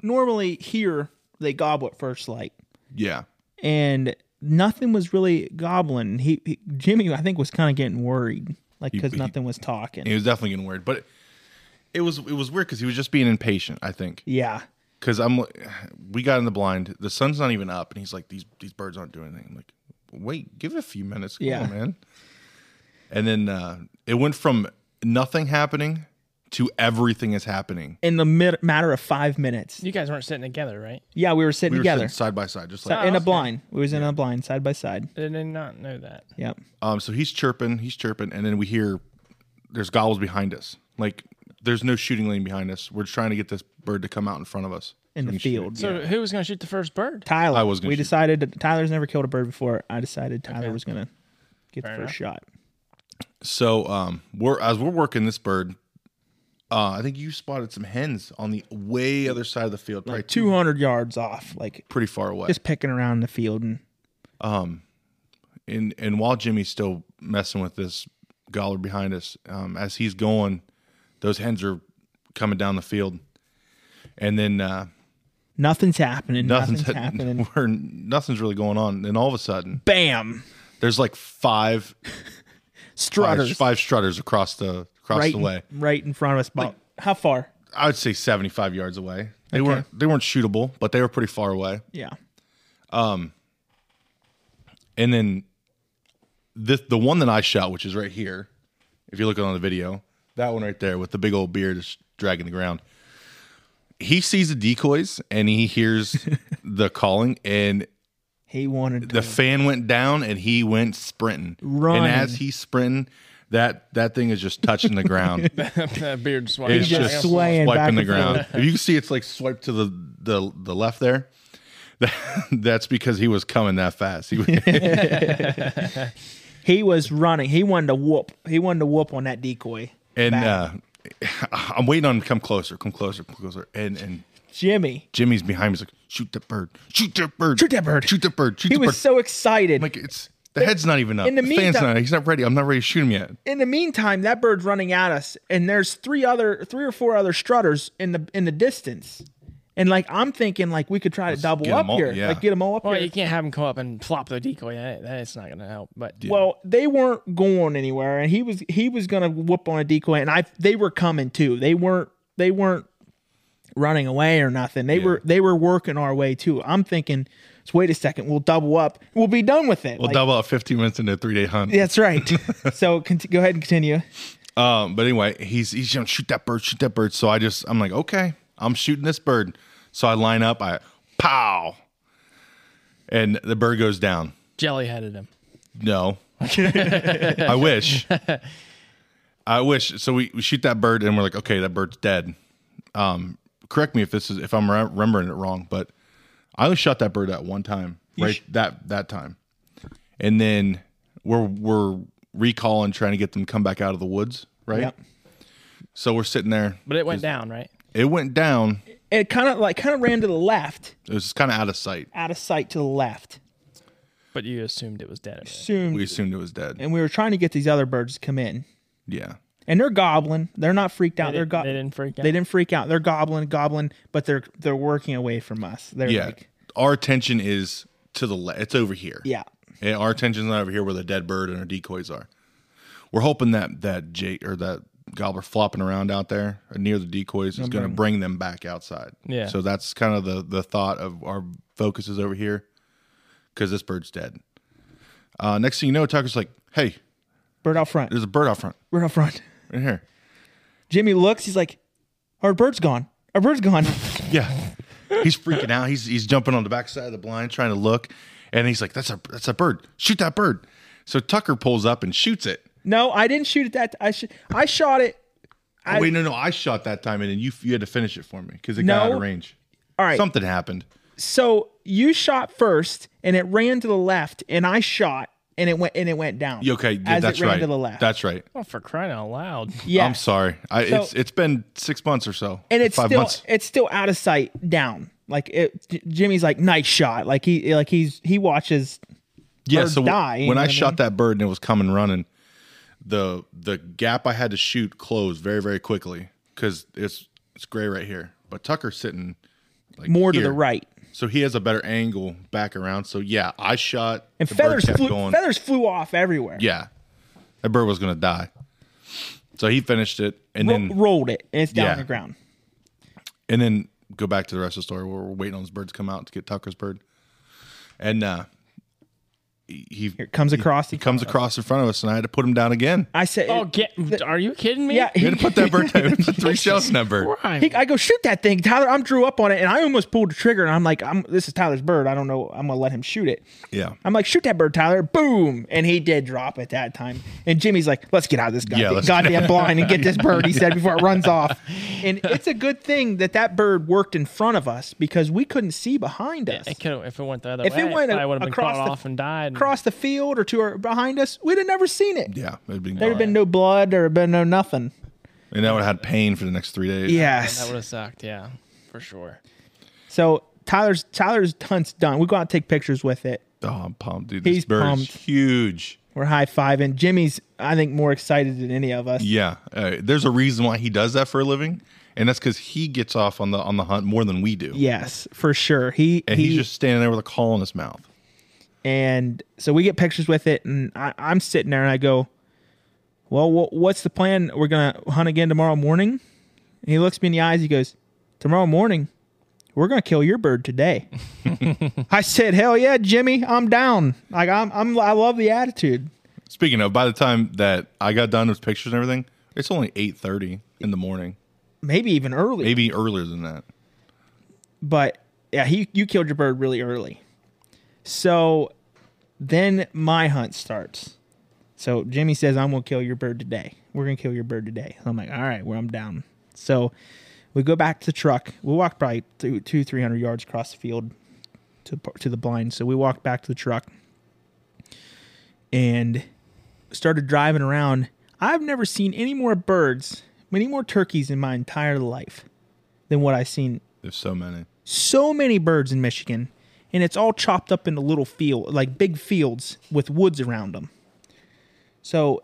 [SPEAKER 3] normally here they gobble at first light.
[SPEAKER 1] Yeah,
[SPEAKER 3] and nothing was really gobbling. He, he Jimmy, I think, was kind of getting worried, like because
[SPEAKER 1] he-
[SPEAKER 3] nothing was talking.
[SPEAKER 1] He was definitely getting weird, but it, it was it was weird because he was just being impatient. I think
[SPEAKER 3] yeah,
[SPEAKER 1] because I'm we got in the blind, the sun's not even up, and he's like these these birds aren't doing anything. I'm like wait, give it a few minutes. Come
[SPEAKER 3] Yeah.
[SPEAKER 1] on, man. And then uh, it went from nothing happening to everything is happening.
[SPEAKER 3] in the mi- matter of five minutes.
[SPEAKER 2] You guys weren't sitting together, right?
[SPEAKER 3] Yeah, we were sitting
[SPEAKER 1] We were
[SPEAKER 3] together
[SPEAKER 1] sitting side by side, just
[SPEAKER 3] So-
[SPEAKER 1] like
[SPEAKER 3] in
[SPEAKER 2] Oh,
[SPEAKER 3] a
[SPEAKER 2] okay.
[SPEAKER 3] blind. We was in a blind, side by side.
[SPEAKER 2] I did not know that.
[SPEAKER 3] Yep.
[SPEAKER 1] Um, so he's chirping, he's chirping, and then we hear there's gobbles behind us. Like there's no shooting lane behind us. We're trying to get this bird to come out in front of us
[SPEAKER 3] In
[SPEAKER 1] So we
[SPEAKER 3] the
[SPEAKER 1] can shoot
[SPEAKER 3] field.
[SPEAKER 1] it.
[SPEAKER 2] So who was going to shoot the first bird?
[SPEAKER 3] Tyler.
[SPEAKER 1] I was gonna
[SPEAKER 3] We
[SPEAKER 1] shoot.
[SPEAKER 3] decided that Tyler's never killed a bird before. I decided Tyler
[SPEAKER 2] Okay.
[SPEAKER 3] was gonna get
[SPEAKER 2] Fair
[SPEAKER 3] the first shot.
[SPEAKER 1] So um, we're as we're working this bird. Uh, I think you spotted some hens on the way other side of the field, probably two,
[SPEAKER 3] Two hundred yards off, like
[SPEAKER 1] pretty far away.
[SPEAKER 3] just picking around the field and
[SPEAKER 1] and and while Jimmy's still messing with this gobbler behind us, um, as he's going, those hens are coming down the field, and then uh,
[SPEAKER 3] nothing's happening.
[SPEAKER 1] nothing's
[SPEAKER 3] Nothing's, happening.
[SPEAKER 1] we're, nothing's really going on. And all of a sudden,
[SPEAKER 3] Bam.
[SPEAKER 1] there's like five
[SPEAKER 3] Strutters.
[SPEAKER 1] five, five strutters across the across
[SPEAKER 3] right,
[SPEAKER 1] the way.
[SPEAKER 3] In, right in front of us. About how far?
[SPEAKER 1] I would say 75 yards away. They weren't they weren't shootable, but they were pretty far away.
[SPEAKER 3] Yeah.
[SPEAKER 1] And then the the one that I shot, which is right here, if you're looking on the video, that one right there with the big old beard just dragging the ground. He sees the decoys and he hears the calling, and
[SPEAKER 3] He wanted to
[SPEAKER 1] the fan went down and he went sprinting.
[SPEAKER 3] Running.
[SPEAKER 1] And as he's sprinting, that that thing is just touching the ground.
[SPEAKER 2] that beard swung.
[SPEAKER 1] It's
[SPEAKER 2] Yeah.
[SPEAKER 1] just
[SPEAKER 3] just swaying back
[SPEAKER 1] swiping the
[SPEAKER 3] and forth.
[SPEAKER 1] ground. If you can see, it's like swiped to the the, the left there. That, that's because he was coming that fast. He,
[SPEAKER 3] He was running. He wanted to whoop. He wanted to whoop on that decoy.
[SPEAKER 1] and uh, I'm waiting on him to come closer, come closer, come closer. And and
[SPEAKER 3] Jimmy.
[SPEAKER 1] Jimmy's behind me. He's like, shoot that bird, shoot that bird,
[SPEAKER 3] Shoot that bird."
[SPEAKER 1] shoot that bird, shoot
[SPEAKER 3] He
[SPEAKER 1] that
[SPEAKER 3] was
[SPEAKER 1] bird.
[SPEAKER 3] so excited.
[SPEAKER 1] like it's the head's not even up.
[SPEAKER 3] In the
[SPEAKER 1] the, fan's
[SPEAKER 3] meantime-
[SPEAKER 1] not. He's not ready. I'm not ready to shoot him yet.
[SPEAKER 3] In the meantime, that bird's running at us, and there's three other, three or four other strutters in the in the distance, and like I'm thinking, like we could try to double
[SPEAKER 1] get 'em
[SPEAKER 3] up
[SPEAKER 1] all-
[SPEAKER 3] here,
[SPEAKER 1] yeah.
[SPEAKER 3] like get them all up
[SPEAKER 2] Well,
[SPEAKER 3] here.
[SPEAKER 2] you can't have him come up and plop the decoy. That, that's not going to help. But
[SPEAKER 3] Well, they weren't going anywhere, and he was he was gonna whoop on a decoy, and I they were coming too. They weren't they weren't running away or nothing. They were they were working our way too. I'm thinking, so wait a second, we'll double up, we'll be done with it.
[SPEAKER 1] We'll double up 15 minutes into a three day hunt.
[SPEAKER 3] That's right. so cont- go ahead and continue.
[SPEAKER 1] Um, but anyway, he's he's going shoot that bird, shoot that bird. So I just I'm like, okay, I'm shooting this bird. So I line up, I pow, and the bird goes down.
[SPEAKER 2] jelly headed him.
[SPEAKER 1] No, I wish, I wish. So we, we shoot that bird, and we're like, okay, that bird's dead. Um, correct me if this is if I'm re- remembering it wrong, but I only shot that bird at one time, right? that that time, and then we're we're recalling, trying to get them to come back out of the woods, right?
[SPEAKER 3] Yep.
[SPEAKER 1] So we're sitting there.
[SPEAKER 2] But it went down, right?
[SPEAKER 1] It went down.
[SPEAKER 3] It kind of like kind of ran to the left,
[SPEAKER 1] It was kind of out of sight.
[SPEAKER 3] out of sight to the left.
[SPEAKER 2] But you assumed it was dead. Right?
[SPEAKER 3] Soon,
[SPEAKER 1] We assumed it was dead.
[SPEAKER 3] and we were trying to get these other birds to come in,
[SPEAKER 1] Yeah.
[SPEAKER 3] and they're gobbling. They're not freaked out.
[SPEAKER 2] They,
[SPEAKER 3] They are
[SPEAKER 2] didn't,
[SPEAKER 3] go-
[SPEAKER 2] they didn't freak out.
[SPEAKER 3] They didn't freak out. They're gobbling, gobbling, but they're they're working away from us. They're
[SPEAKER 1] Yeah.
[SPEAKER 3] like,
[SPEAKER 1] Our attention is to the left. It's over here.
[SPEAKER 3] yeah,
[SPEAKER 1] And our attention's not over here where the dead bird and our decoys are. We're hoping that that Jake or that gobbler flopping around out there or near the decoys is going to bring them back outside.
[SPEAKER 2] Yeah.
[SPEAKER 1] So that's kind of the the thought of our focus is over here because this bird's dead. Uh, next thing you know, Tucker's like, "Hey,
[SPEAKER 3] bird out front,
[SPEAKER 1] there's a bird out front
[SPEAKER 3] bird out front.
[SPEAKER 1] right here."
[SPEAKER 3] Jimmy looks. He's like, our bird's gone. Our bird's gone.
[SPEAKER 1] Yeah. He's freaking out. He's he's jumping on the backside of the blind trying to look. And he's like, That's a that's a bird. Shoot that bird. So Tucker pulls up and shoots it.
[SPEAKER 3] no, I didn't shoot at that. I sh- I shot it.
[SPEAKER 1] Oh, Wait, no, no, I shot that time and then you you had to finish it for me because it got out
[SPEAKER 3] No.
[SPEAKER 1] of range.
[SPEAKER 3] All right.
[SPEAKER 1] Something happened.
[SPEAKER 3] So you shot first, and it ran to the left, and I shot, and it went and it went down.
[SPEAKER 1] You- Okay, yeah,
[SPEAKER 3] as
[SPEAKER 1] that's
[SPEAKER 3] it ran
[SPEAKER 1] right.
[SPEAKER 3] to the left.
[SPEAKER 1] That's right.
[SPEAKER 2] Oh, for crying out loud.
[SPEAKER 3] yeah.
[SPEAKER 1] I'm sorry. I
[SPEAKER 3] So-
[SPEAKER 1] it's it's been six months or so.
[SPEAKER 3] and it's
[SPEAKER 1] five
[SPEAKER 3] still
[SPEAKER 1] months.
[SPEAKER 3] it's still out of sight down. Like it, J- Jimmy's like nice shot. Like he like he's he watches.
[SPEAKER 1] yeah,
[SPEAKER 3] birds
[SPEAKER 1] so
[SPEAKER 3] die, you
[SPEAKER 1] when
[SPEAKER 3] know
[SPEAKER 1] I
[SPEAKER 3] what I
[SPEAKER 1] shot that bird and it was coming running, the the gap I had to shoot closed very very quickly because it's it's gray right here. But Tucker's sitting like
[SPEAKER 3] More to the
[SPEAKER 1] here.
[SPEAKER 3] right.
[SPEAKER 1] So he has a better angle back around. So yeah, I shot
[SPEAKER 3] And
[SPEAKER 1] the bird
[SPEAKER 3] feathers
[SPEAKER 1] kept
[SPEAKER 3] flew,
[SPEAKER 1] going.
[SPEAKER 3] feathers flew off everywhere.
[SPEAKER 1] Yeah, that bird was gonna die. So he finished it, and
[SPEAKER 3] Ro-
[SPEAKER 1] then
[SPEAKER 3] rolled it, and it's down
[SPEAKER 1] Yeah.
[SPEAKER 3] on the ground.
[SPEAKER 1] and then go back to the rest of the story where we're waiting on this bird to come out to get Tucker's bird, and uh, he
[SPEAKER 3] Here it comes across.
[SPEAKER 1] he comes across in front of us, and I had to put him down again.
[SPEAKER 3] I said,
[SPEAKER 2] Oh, get! Are you kidding me?
[SPEAKER 3] yeah.
[SPEAKER 1] We had to put that bird down. Put three shells in that bird.
[SPEAKER 2] Why?
[SPEAKER 3] He, I go shoot that thing, Tyler. I'm drew up on it, and I almost pulled the trigger. And I'm like, I'm, this is Tyler's bird. I don't know. I'm gonna let him shoot it.
[SPEAKER 1] Yeah.
[SPEAKER 3] I'm like, shoot that bird, Tyler. Boom, and he did drop at that time. And Jimmy's like, let's get out of this goddamn,
[SPEAKER 1] let's-
[SPEAKER 3] goddamn blind and get this bird. He said before it runs off. And it's a good thing that that bird worked in front of us because we couldn't see behind us.
[SPEAKER 2] It could if it went the other
[SPEAKER 3] If
[SPEAKER 2] way.
[SPEAKER 3] it went
[SPEAKER 2] I would have been
[SPEAKER 3] across
[SPEAKER 2] caught
[SPEAKER 3] the-
[SPEAKER 2] off and died.
[SPEAKER 3] Across the field or to our behind us, we'd have never seen it.
[SPEAKER 1] Yeah. It'd been
[SPEAKER 3] There'd have been no blood. There'd have been no nothing.
[SPEAKER 1] and that would have had pain for the next three days.
[SPEAKER 3] Yes.
[SPEAKER 2] that would have sucked. Yeah, for sure.
[SPEAKER 3] So Tyler's Tyler's hunt's done. We go out and take pictures with it.
[SPEAKER 1] Oh, I'm pumped, dude. This
[SPEAKER 3] He's
[SPEAKER 1] bird
[SPEAKER 3] pumped.
[SPEAKER 1] is huge.
[SPEAKER 3] We're high fiving. Jimmy's, I think, more excited than any of us.
[SPEAKER 1] Yeah. Uh, there's a reason why he does that for a living, and that's because he gets off on the on the hunt more than we do.
[SPEAKER 3] Yes, for sure. He
[SPEAKER 1] And
[SPEAKER 3] he
[SPEAKER 1] he's just standing there with a call in his mouth.
[SPEAKER 3] and so we get pictures with it, and I, I'm sitting there and I go, "Well, wh- what's the plan? We're gonna hunt again tomorrow morning." And he looks me in the eyes. He goes, "Tomorrow morning, we're gonna kill your bird today." I said, "Hell yeah, Jimmy, I'm down. Like I'm, I'm I love the attitude."
[SPEAKER 1] Speaking of, by the time that I got done with pictures and everything, it's only eight thirty in the morning,
[SPEAKER 3] Maybe even early.
[SPEAKER 1] maybe earlier than that.
[SPEAKER 3] but yeah, he you killed your bird really early. So then my hunt starts. So Jimmy says, I'm gonna kill your bird today. We're gonna kill your bird today. I'm like, all right, well, I'm down. So we go back to the truck. We walked probably two, two three hundred yards across the field to par- to the blind. So we walked back to the truck and started driving around. I've never seen any more birds, many more turkeys in my entire life than what I've seen
[SPEAKER 1] There's so many.
[SPEAKER 3] so many birds in Michigan, and it's all chopped up into little field, like big fields with woods around them. So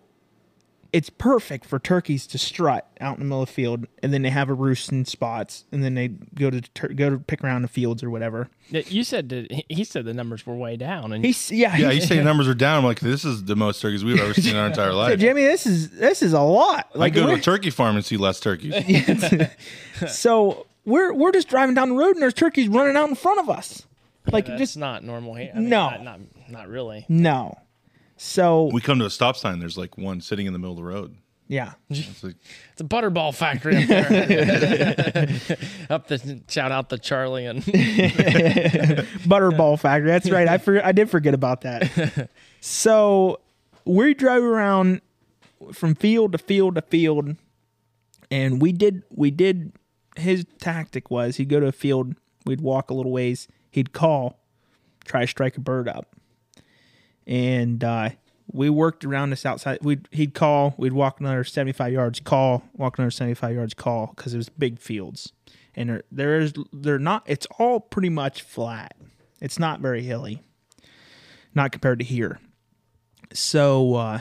[SPEAKER 3] it's perfect for turkeys to strut out in the middle of the field, and then they have a roost in spots, and then they go to tur- go to pick around the fields or whatever.
[SPEAKER 2] Yeah, You said that he- he said the numbers were way down, and
[SPEAKER 3] He's yeah,
[SPEAKER 1] Yeah,
[SPEAKER 3] he
[SPEAKER 1] you say numbers are down. I'm like, this is the most turkeys we've ever seen in our entire
[SPEAKER 3] said,
[SPEAKER 1] life.
[SPEAKER 3] Jimmy, this is this is a lot.
[SPEAKER 1] I
[SPEAKER 3] Like
[SPEAKER 1] go to a
[SPEAKER 3] we're-
[SPEAKER 1] turkey farm and see less turkeys.
[SPEAKER 3] so we're we're just driving down the road, and there's turkeys running out in front of us. Like
[SPEAKER 2] that's
[SPEAKER 3] just
[SPEAKER 2] not normal here. I mean,
[SPEAKER 3] No.
[SPEAKER 2] not, not not really.
[SPEAKER 3] no. So
[SPEAKER 1] we come to a stop sign. There's like one sitting in the middle of the road.
[SPEAKER 3] yeah,
[SPEAKER 1] It's like,
[SPEAKER 2] It's a butterball factory up there. up the shout out to Charlie and
[SPEAKER 3] Butterball Factory. That's right. I for, I did forget about that. So we drove around from field to field to field, and we did we did. His tactic was he'd go to a field, we'd walk a little ways, he'd call, try to strike a bird up, and uh, we worked around this outside. We would he'd call, we'd walk another seventy five yards, call, walk another seventy five yards, call, because it was big fields, and there there is they're not. It's all pretty much flat. It's not very hilly, not compared to here. So uh,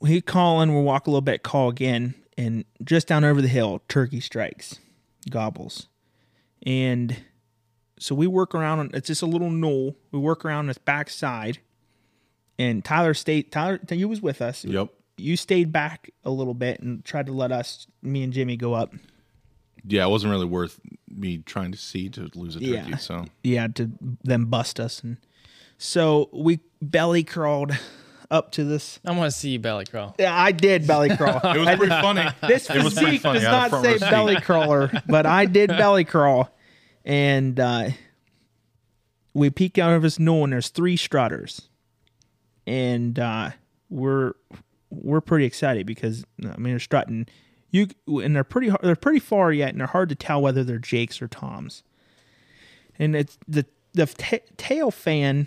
[SPEAKER 3] we call and we'll walk a little bit, call again, and just down over the hill, turkey strikes, gobbles, and so we work around. On, it's just a little knoll. We work around this backside, and Tyler stayed. Tyler, you was with us.
[SPEAKER 1] yep.
[SPEAKER 3] You stayed back a little bit and tried to let us, me and Jimmy, go up.
[SPEAKER 1] Yeah, it wasn't really worth me trying to see to lose a turkey.
[SPEAKER 3] Yeah.
[SPEAKER 1] So
[SPEAKER 3] yeah to them bust us and so we belly crawled up to this
[SPEAKER 2] I want to see you belly crawl.
[SPEAKER 3] yeah i did belly crawl
[SPEAKER 1] it was pretty funny.
[SPEAKER 3] this
[SPEAKER 1] It was pretty
[SPEAKER 3] physique
[SPEAKER 1] funny.
[SPEAKER 3] does
[SPEAKER 1] I had a
[SPEAKER 3] not
[SPEAKER 1] front
[SPEAKER 3] say
[SPEAKER 1] row seat.
[SPEAKER 3] belly crawler but i did belly crawl and uh we peek out of this knoll and there's three strutters and uh we're we're pretty excited because i mean they're strutting you and they're pretty har- they're pretty far yet and they're hard to tell whether they're jakes or toms and it's the the ta tail fan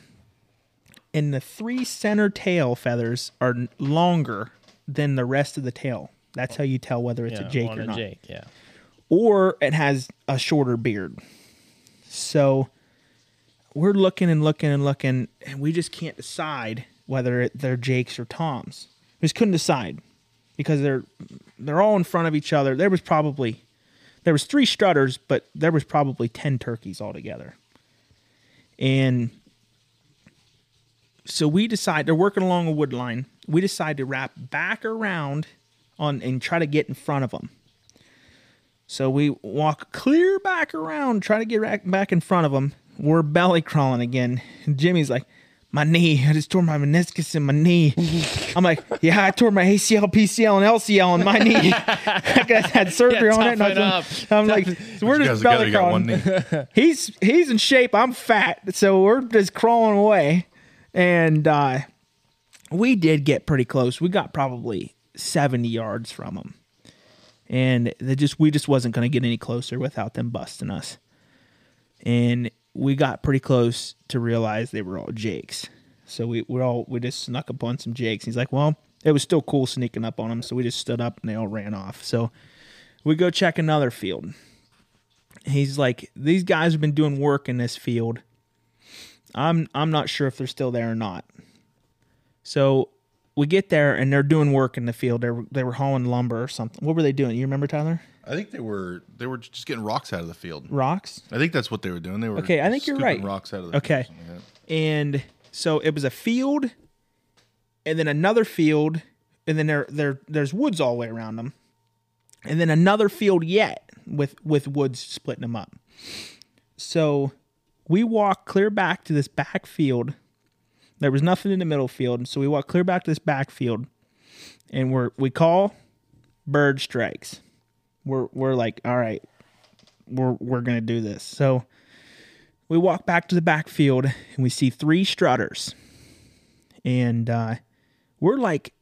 [SPEAKER 3] and the three center tail feathers are n- longer than the rest of the tail. That's how you tell whether it's
[SPEAKER 2] Yeah,
[SPEAKER 3] a Jake
[SPEAKER 2] on
[SPEAKER 3] or
[SPEAKER 2] a
[SPEAKER 3] not,
[SPEAKER 2] Jake, yeah.
[SPEAKER 3] or it has a shorter beard. So we're looking and looking and looking, and we just can't decide whether it, they're Jakes or Toms. We just couldn't decide because they're they're all in front of each other. There was probably there was three strutters, but there was probably ten turkeys altogether. And so we decide they're working along a wood line. We decide to wrap back around on and try to get in front of them. So we walk clear back around, try to get back, back in front of them. We're belly crawling again. Jimmy's like, my knee. I just tore my meniscus in my knee. I'm like, yeah, I tore my ACL, PCL, and LCL in my knee. I guys had surgery on it. And I
[SPEAKER 2] toughen
[SPEAKER 3] was like, I'm like, so we're
[SPEAKER 1] You
[SPEAKER 3] just
[SPEAKER 1] guys together, you
[SPEAKER 3] belly
[SPEAKER 1] got one
[SPEAKER 3] crawling.
[SPEAKER 1] knee.
[SPEAKER 3] He's he's in shape. I'm fat, so we're just crawling away. And uh, we did get pretty close. We got probably 70 yards from him, and they just we just wasn't going to get any closer without them busting us. And we got pretty close to realize they were all Jakes. So we we all we just snuck up on some Jakes. He's like, well, it was still cool sneaking up on them. So we just stood up and they all ran off. So we go check another field he's like these guys have been doing work in this field i'm i'm not sure if they're still there or not so we get there and they're doing work in the field they were, they were hauling lumber or something what were they doing you remember tyler
[SPEAKER 1] I think they were they were just getting rocks out of the field.
[SPEAKER 3] rocks
[SPEAKER 1] I think that's what they were doing. They were
[SPEAKER 3] Okay, I think you're
[SPEAKER 1] scooping
[SPEAKER 3] right.
[SPEAKER 1] Rocks out of the
[SPEAKER 3] Okay.
[SPEAKER 1] field or something like that.
[SPEAKER 3] and so it was a field and then another field and then there there there's woods all the way around them and then another field yet with with woods splitting them up so we walk clear back to this back field there was nothing in the middle field so we walk clear back to this back field and we're we call bird strikes we're we're like all right we're we're gonna do this so we walk back to the backfield and we see three strutters. And uh, we're like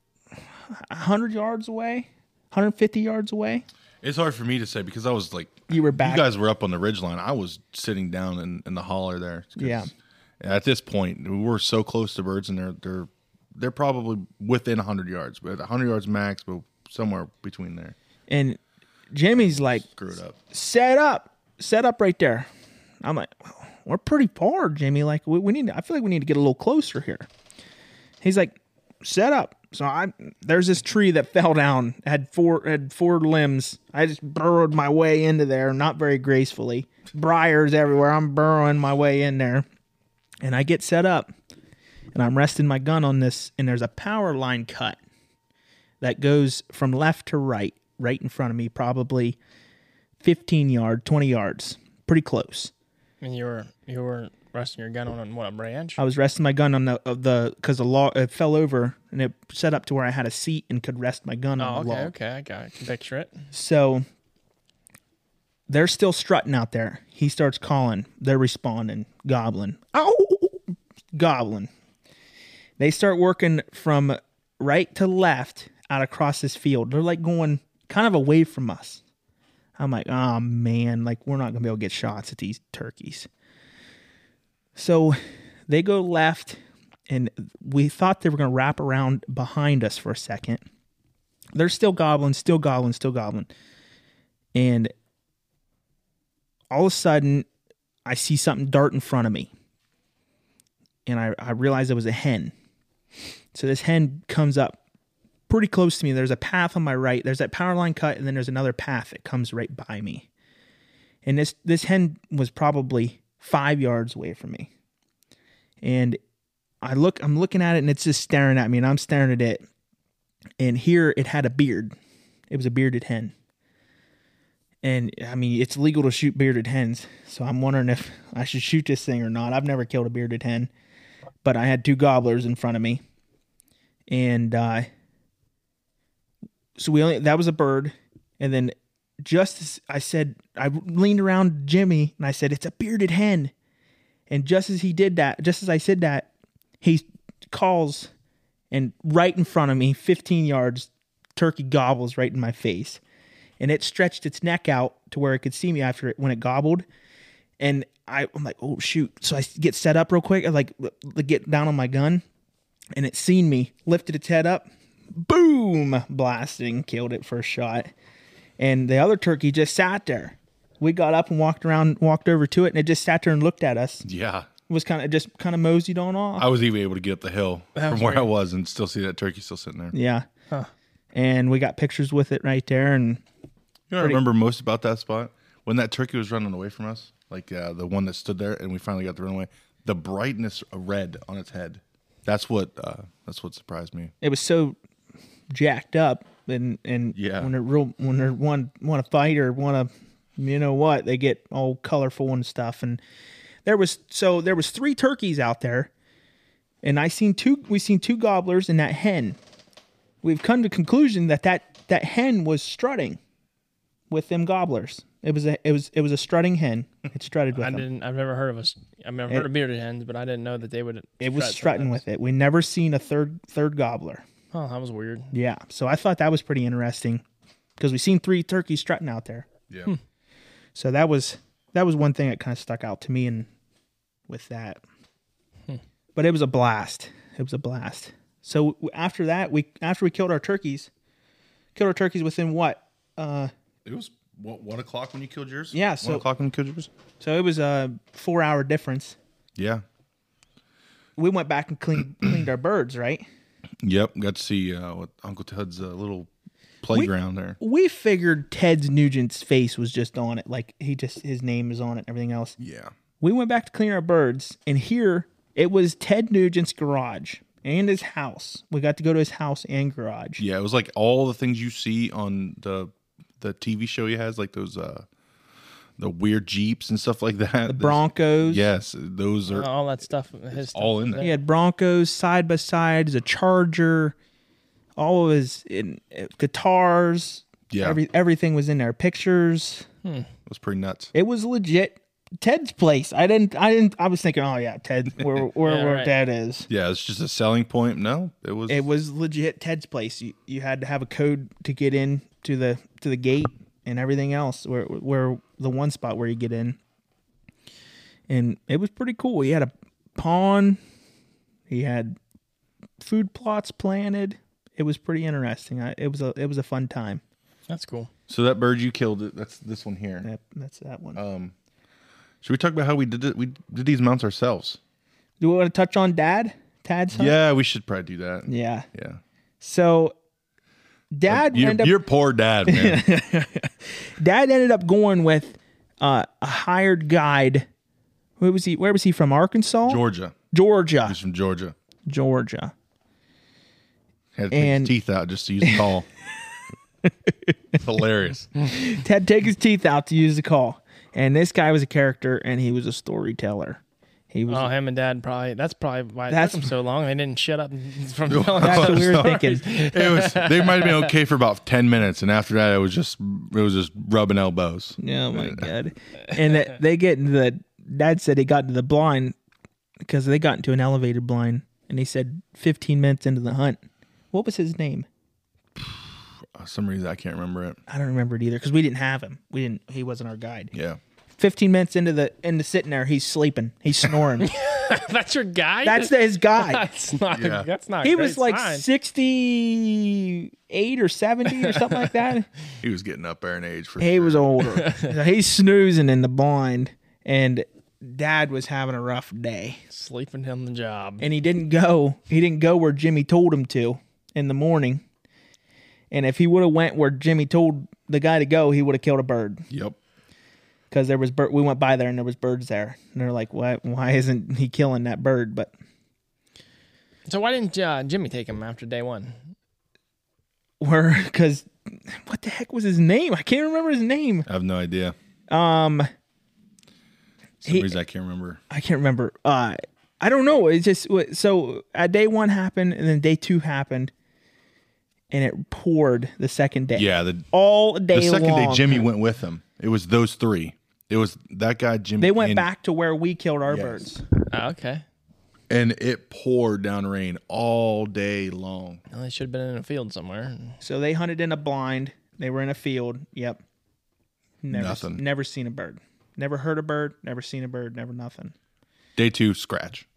[SPEAKER 3] 100 yards away, 150 yards away.
[SPEAKER 1] It's hard for me to say because I was like,
[SPEAKER 3] You were back.
[SPEAKER 1] You guys were up on the ridge line. I was sitting down in, in the holler there. 'cause
[SPEAKER 3] Yeah.
[SPEAKER 1] At this point, we were so close to birds, and they're they're they're probably within hundred yards, but hundred yards max, but somewhere between there.
[SPEAKER 3] And Jimmy's like,
[SPEAKER 1] Screwed up.
[SPEAKER 3] set up, set up right there. I'm like, we're pretty far, Jimmy. Like, we, we need. To, I feel like we need to get a little closer here. He's like, set up. So I there's this tree that fell down had four had four limbs. I just burrowed my way into there, not very gracefully. Briars everywhere. I'm burrowing my way in there, and I get set up, and I'm resting my gun on this, and there's a power line cut that goes from left to right, right in front of me, probably 15 yard, 20 yards, pretty close.
[SPEAKER 2] And you were you were resting your gun on what a branch.
[SPEAKER 3] I was resting my gun on the of the because the log it fell over and it set up to where I had a seat and could rest my gun
[SPEAKER 2] Oh,
[SPEAKER 3] on
[SPEAKER 2] okay,
[SPEAKER 3] the log.
[SPEAKER 2] okay, I got. It. I can picture it.
[SPEAKER 3] So they're still strutting out there. He starts calling. They're responding. Goblin. Oh, goblin. They start working from right to left out across this field. They're like going kind of away from us. I'm like, oh man, like we're not gonna be able to get shots at these turkeys. So they go left, and we thought they were gonna wrap around behind us for a second they're still goblin, still goblin, still goblin. And all of a sudden, I see something dart in front of me. And I, I realize it was a hen. So this hen comes up pretty close to me. There's a path on my right. There's that power line cut, and then there's another path that comes right by me. And this this hen was probably five yards away from me. And I look, I'm looking at it, and it's just staring at me, and I'm staring at it and here it had a beard. It was a bearded hen. And I mean, it's legal to shoot bearded hens, so I'm wondering if I should shoot this thing or not. I've never killed a bearded hen, but I had two gobblers in front of me, and uh, so we only that was a bird, and then just as I said, I leaned around Jimmy and I said, "It's a bearded hen," and just as he did that, just as I said that, he calls and right in front of me, 15 yards, turkey gobbles right in my face. And it stretched its neck out to where it could see me after it when it gobbled. And I, I'm like, oh shoot. So I get set up real quick. I like l- l- get down on my gun and it seen me, lifted its head up, boom, blasting, killed it first shot. And the other turkey just sat there. We got up and walked around, walked over to it, and it just sat there and looked at us.
[SPEAKER 1] Yeah,
[SPEAKER 3] Was kind of just kind of moseyed on off.
[SPEAKER 1] I was even able to get up the hill from
[SPEAKER 2] was
[SPEAKER 1] where I was and still see that turkey still sitting there.
[SPEAKER 3] Yeah. And we got pictures with it right there.
[SPEAKER 1] You
[SPEAKER 3] And
[SPEAKER 1] know, what I remember most about that spot when that turkey was running away from us, like uh, the one that stood there, and we finally got the runaway. The brightness of red on its head. That's what. Uh, that's what surprised me.
[SPEAKER 3] it was so jacked up. And and
[SPEAKER 1] Yeah.
[SPEAKER 3] when they're real, when they're one want to fight or want to, you know what, they get all colorful and stuff. And there was so there was three turkeys out there, and I seen two. We seen two gobblers in that hen. We've come to conclusion that that that hen was strutting with them gobblers. It was a it was it was a strutting hen. It strutted with
[SPEAKER 2] I
[SPEAKER 3] them.
[SPEAKER 2] didn't. I've never heard of us. I've never heard of bearded hens, but I didn't know that they would.
[SPEAKER 3] It was strutting with it. We never seen a third third gobbler.
[SPEAKER 2] Oh, that was weird.
[SPEAKER 3] Yeah. So I thought that was pretty interesting because we seen three turkeys strutting out there.
[SPEAKER 1] Yeah.
[SPEAKER 3] So that was that was one thing that kind of stuck out to me and with that. But it was a blast. It was a blast. So w- after that, we after we killed our turkeys, killed our turkeys within what? Uh
[SPEAKER 1] It was what one o'clock when you killed yours.
[SPEAKER 3] Yeah,
[SPEAKER 1] one
[SPEAKER 3] so-
[SPEAKER 1] o'clock when you killed yours.
[SPEAKER 3] so it was a 4-hour difference.
[SPEAKER 1] Yeah.
[SPEAKER 3] We went back and cleaned cleaned our birds, right?
[SPEAKER 1] Yep. Got to see uh, what Uncle Ted's uh, little playground there.
[SPEAKER 3] We figured Ted's Nugent's face was just on it, like he just his name is on it and everything else.
[SPEAKER 1] Yeah.
[SPEAKER 3] We went back to clean our birds, and here it was Ted Nugent's garage and his house. We got to go to his house and garage.
[SPEAKER 1] Yeah. It was like all the things you see on the the TV show he has, like those uh the weird jeeps and stuff like that. The
[SPEAKER 3] Broncos. Oh.
[SPEAKER 1] Yes, those are
[SPEAKER 2] Oh, All that stuff. His stuff
[SPEAKER 1] all in there.
[SPEAKER 3] He had Broncos side by sides, a Charger, all of his in, uh, guitars.
[SPEAKER 1] Yeah.
[SPEAKER 3] Every, everything was in there. Pictures.
[SPEAKER 1] It was pretty nuts.
[SPEAKER 3] It was legit Ted's place. I didn't. I didn't. I was thinking, oh yeah, Ted, where where,
[SPEAKER 2] Yeah,
[SPEAKER 3] where
[SPEAKER 2] right.
[SPEAKER 3] Dad is.
[SPEAKER 1] Yeah, it's just a selling point. No, it was.
[SPEAKER 3] It was legit Ted's place. You you had to have a code to get in to the to the gate and everything else. Where where the one spot where you get in, and it was pretty cool. He had a pawn. He had food plots planted. It was pretty interesting. I, it was a it was a fun time.
[SPEAKER 2] That's cool.
[SPEAKER 1] so that bird you killed. That's this one here.
[SPEAKER 3] That, that's that one.
[SPEAKER 1] Um, should we talk about how we did it? We did these mounts ourselves.
[SPEAKER 3] Do we want to touch on Dad? Tad's hunt?
[SPEAKER 1] Yeah, we should probably do that. Yeah.
[SPEAKER 3] Yeah. So Dad
[SPEAKER 1] Your,
[SPEAKER 3] ended up
[SPEAKER 1] your poor dad, man.
[SPEAKER 3] Dad ended up going with uh, a hired guide. Where was he? Where was he from? Arkansas,
[SPEAKER 1] Georgia.
[SPEAKER 3] Georgia,
[SPEAKER 1] He's from Georgia.
[SPEAKER 3] Georgia.
[SPEAKER 1] Had to take
[SPEAKER 3] And-
[SPEAKER 1] his teeth out just to use the call. Hilarious.
[SPEAKER 3] Ted take his teeth out to use the call, and this guy was a character, and he was a storyteller. He was.
[SPEAKER 2] Oh, him and dad probably. That's probably why it
[SPEAKER 3] That's-
[SPEAKER 2] took them so long. They didn't shut up from telling
[SPEAKER 3] that's what we were
[SPEAKER 2] stories.
[SPEAKER 3] thinking.
[SPEAKER 1] It was. They might have been okay for about ten minutes, and after that, it was just it was just rubbing elbows.
[SPEAKER 3] Oh my god! And that they get into the. Dad said he got into the blind because they got into an elevated blind, and he said 15 minutes into the hunt. What was his name?
[SPEAKER 1] For some reason, I can't remember it.
[SPEAKER 3] I don't remember it either because we didn't have him. We didn't. He wasn't our guide.
[SPEAKER 1] Yeah.
[SPEAKER 3] 15 minutes into the into sitting there, he's sleeping. He's snoring.
[SPEAKER 2] that's your guy.
[SPEAKER 3] That's the, his guy.
[SPEAKER 2] That's not.
[SPEAKER 1] Yeah.
[SPEAKER 2] That's not. a
[SPEAKER 3] He
[SPEAKER 2] great
[SPEAKER 3] was like
[SPEAKER 2] sign.
[SPEAKER 3] 68 or 70 or something like that.
[SPEAKER 1] He was getting up there in age for.
[SPEAKER 3] He was older. So he's snoozing in the blind, and dad was having a rough day.
[SPEAKER 2] sleeping on the job.
[SPEAKER 3] And he didn't go. He didn't go where Jimmy told him to in the morning. And if he would have went where Jimmy told the guy to go, he would have killed a bird.
[SPEAKER 1] Yep.
[SPEAKER 3] because there was bird. We went by there and there was birds there, and they're like, "Why? Why isn't he killing that bird?" But
[SPEAKER 2] So why didn't uh, Jimmy take him after day one?
[SPEAKER 3] we're because what the heck was his name? I can't remember his name.
[SPEAKER 1] I have no idea.
[SPEAKER 3] Um,
[SPEAKER 1] Some
[SPEAKER 3] He-
[SPEAKER 1] reason I can't remember.
[SPEAKER 3] I can't remember. Uh, I don't know. It's just wa- so uh, day one happened, and then day two happened, and it poured the second day.
[SPEAKER 1] Yeah. The
[SPEAKER 3] all day.
[SPEAKER 1] the second
[SPEAKER 3] long.
[SPEAKER 1] day, Jimmy went with him. It was those three. It was that guy, Jimmy.
[SPEAKER 3] They went
[SPEAKER 1] and-
[SPEAKER 3] back to where we killed our
[SPEAKER 1] Yes.
[SPEAKER 3] birds.
[SPEAKER 2] Oh, okay.
[SPEAKER 1] and it poured down rain all day long.
[SPEAKER 2] Well, they should have been in a field somewhere.
[SPEAKER 3] So they hunted in a blind. They were in a field. Yep. Never,
[SPEAKER 1] Nothing.
[SPEAKER 3] Never seen a bird. Never heard a bird. Never seen a bird. Never nothing.
[SPEAKER 1] Day two, scratch.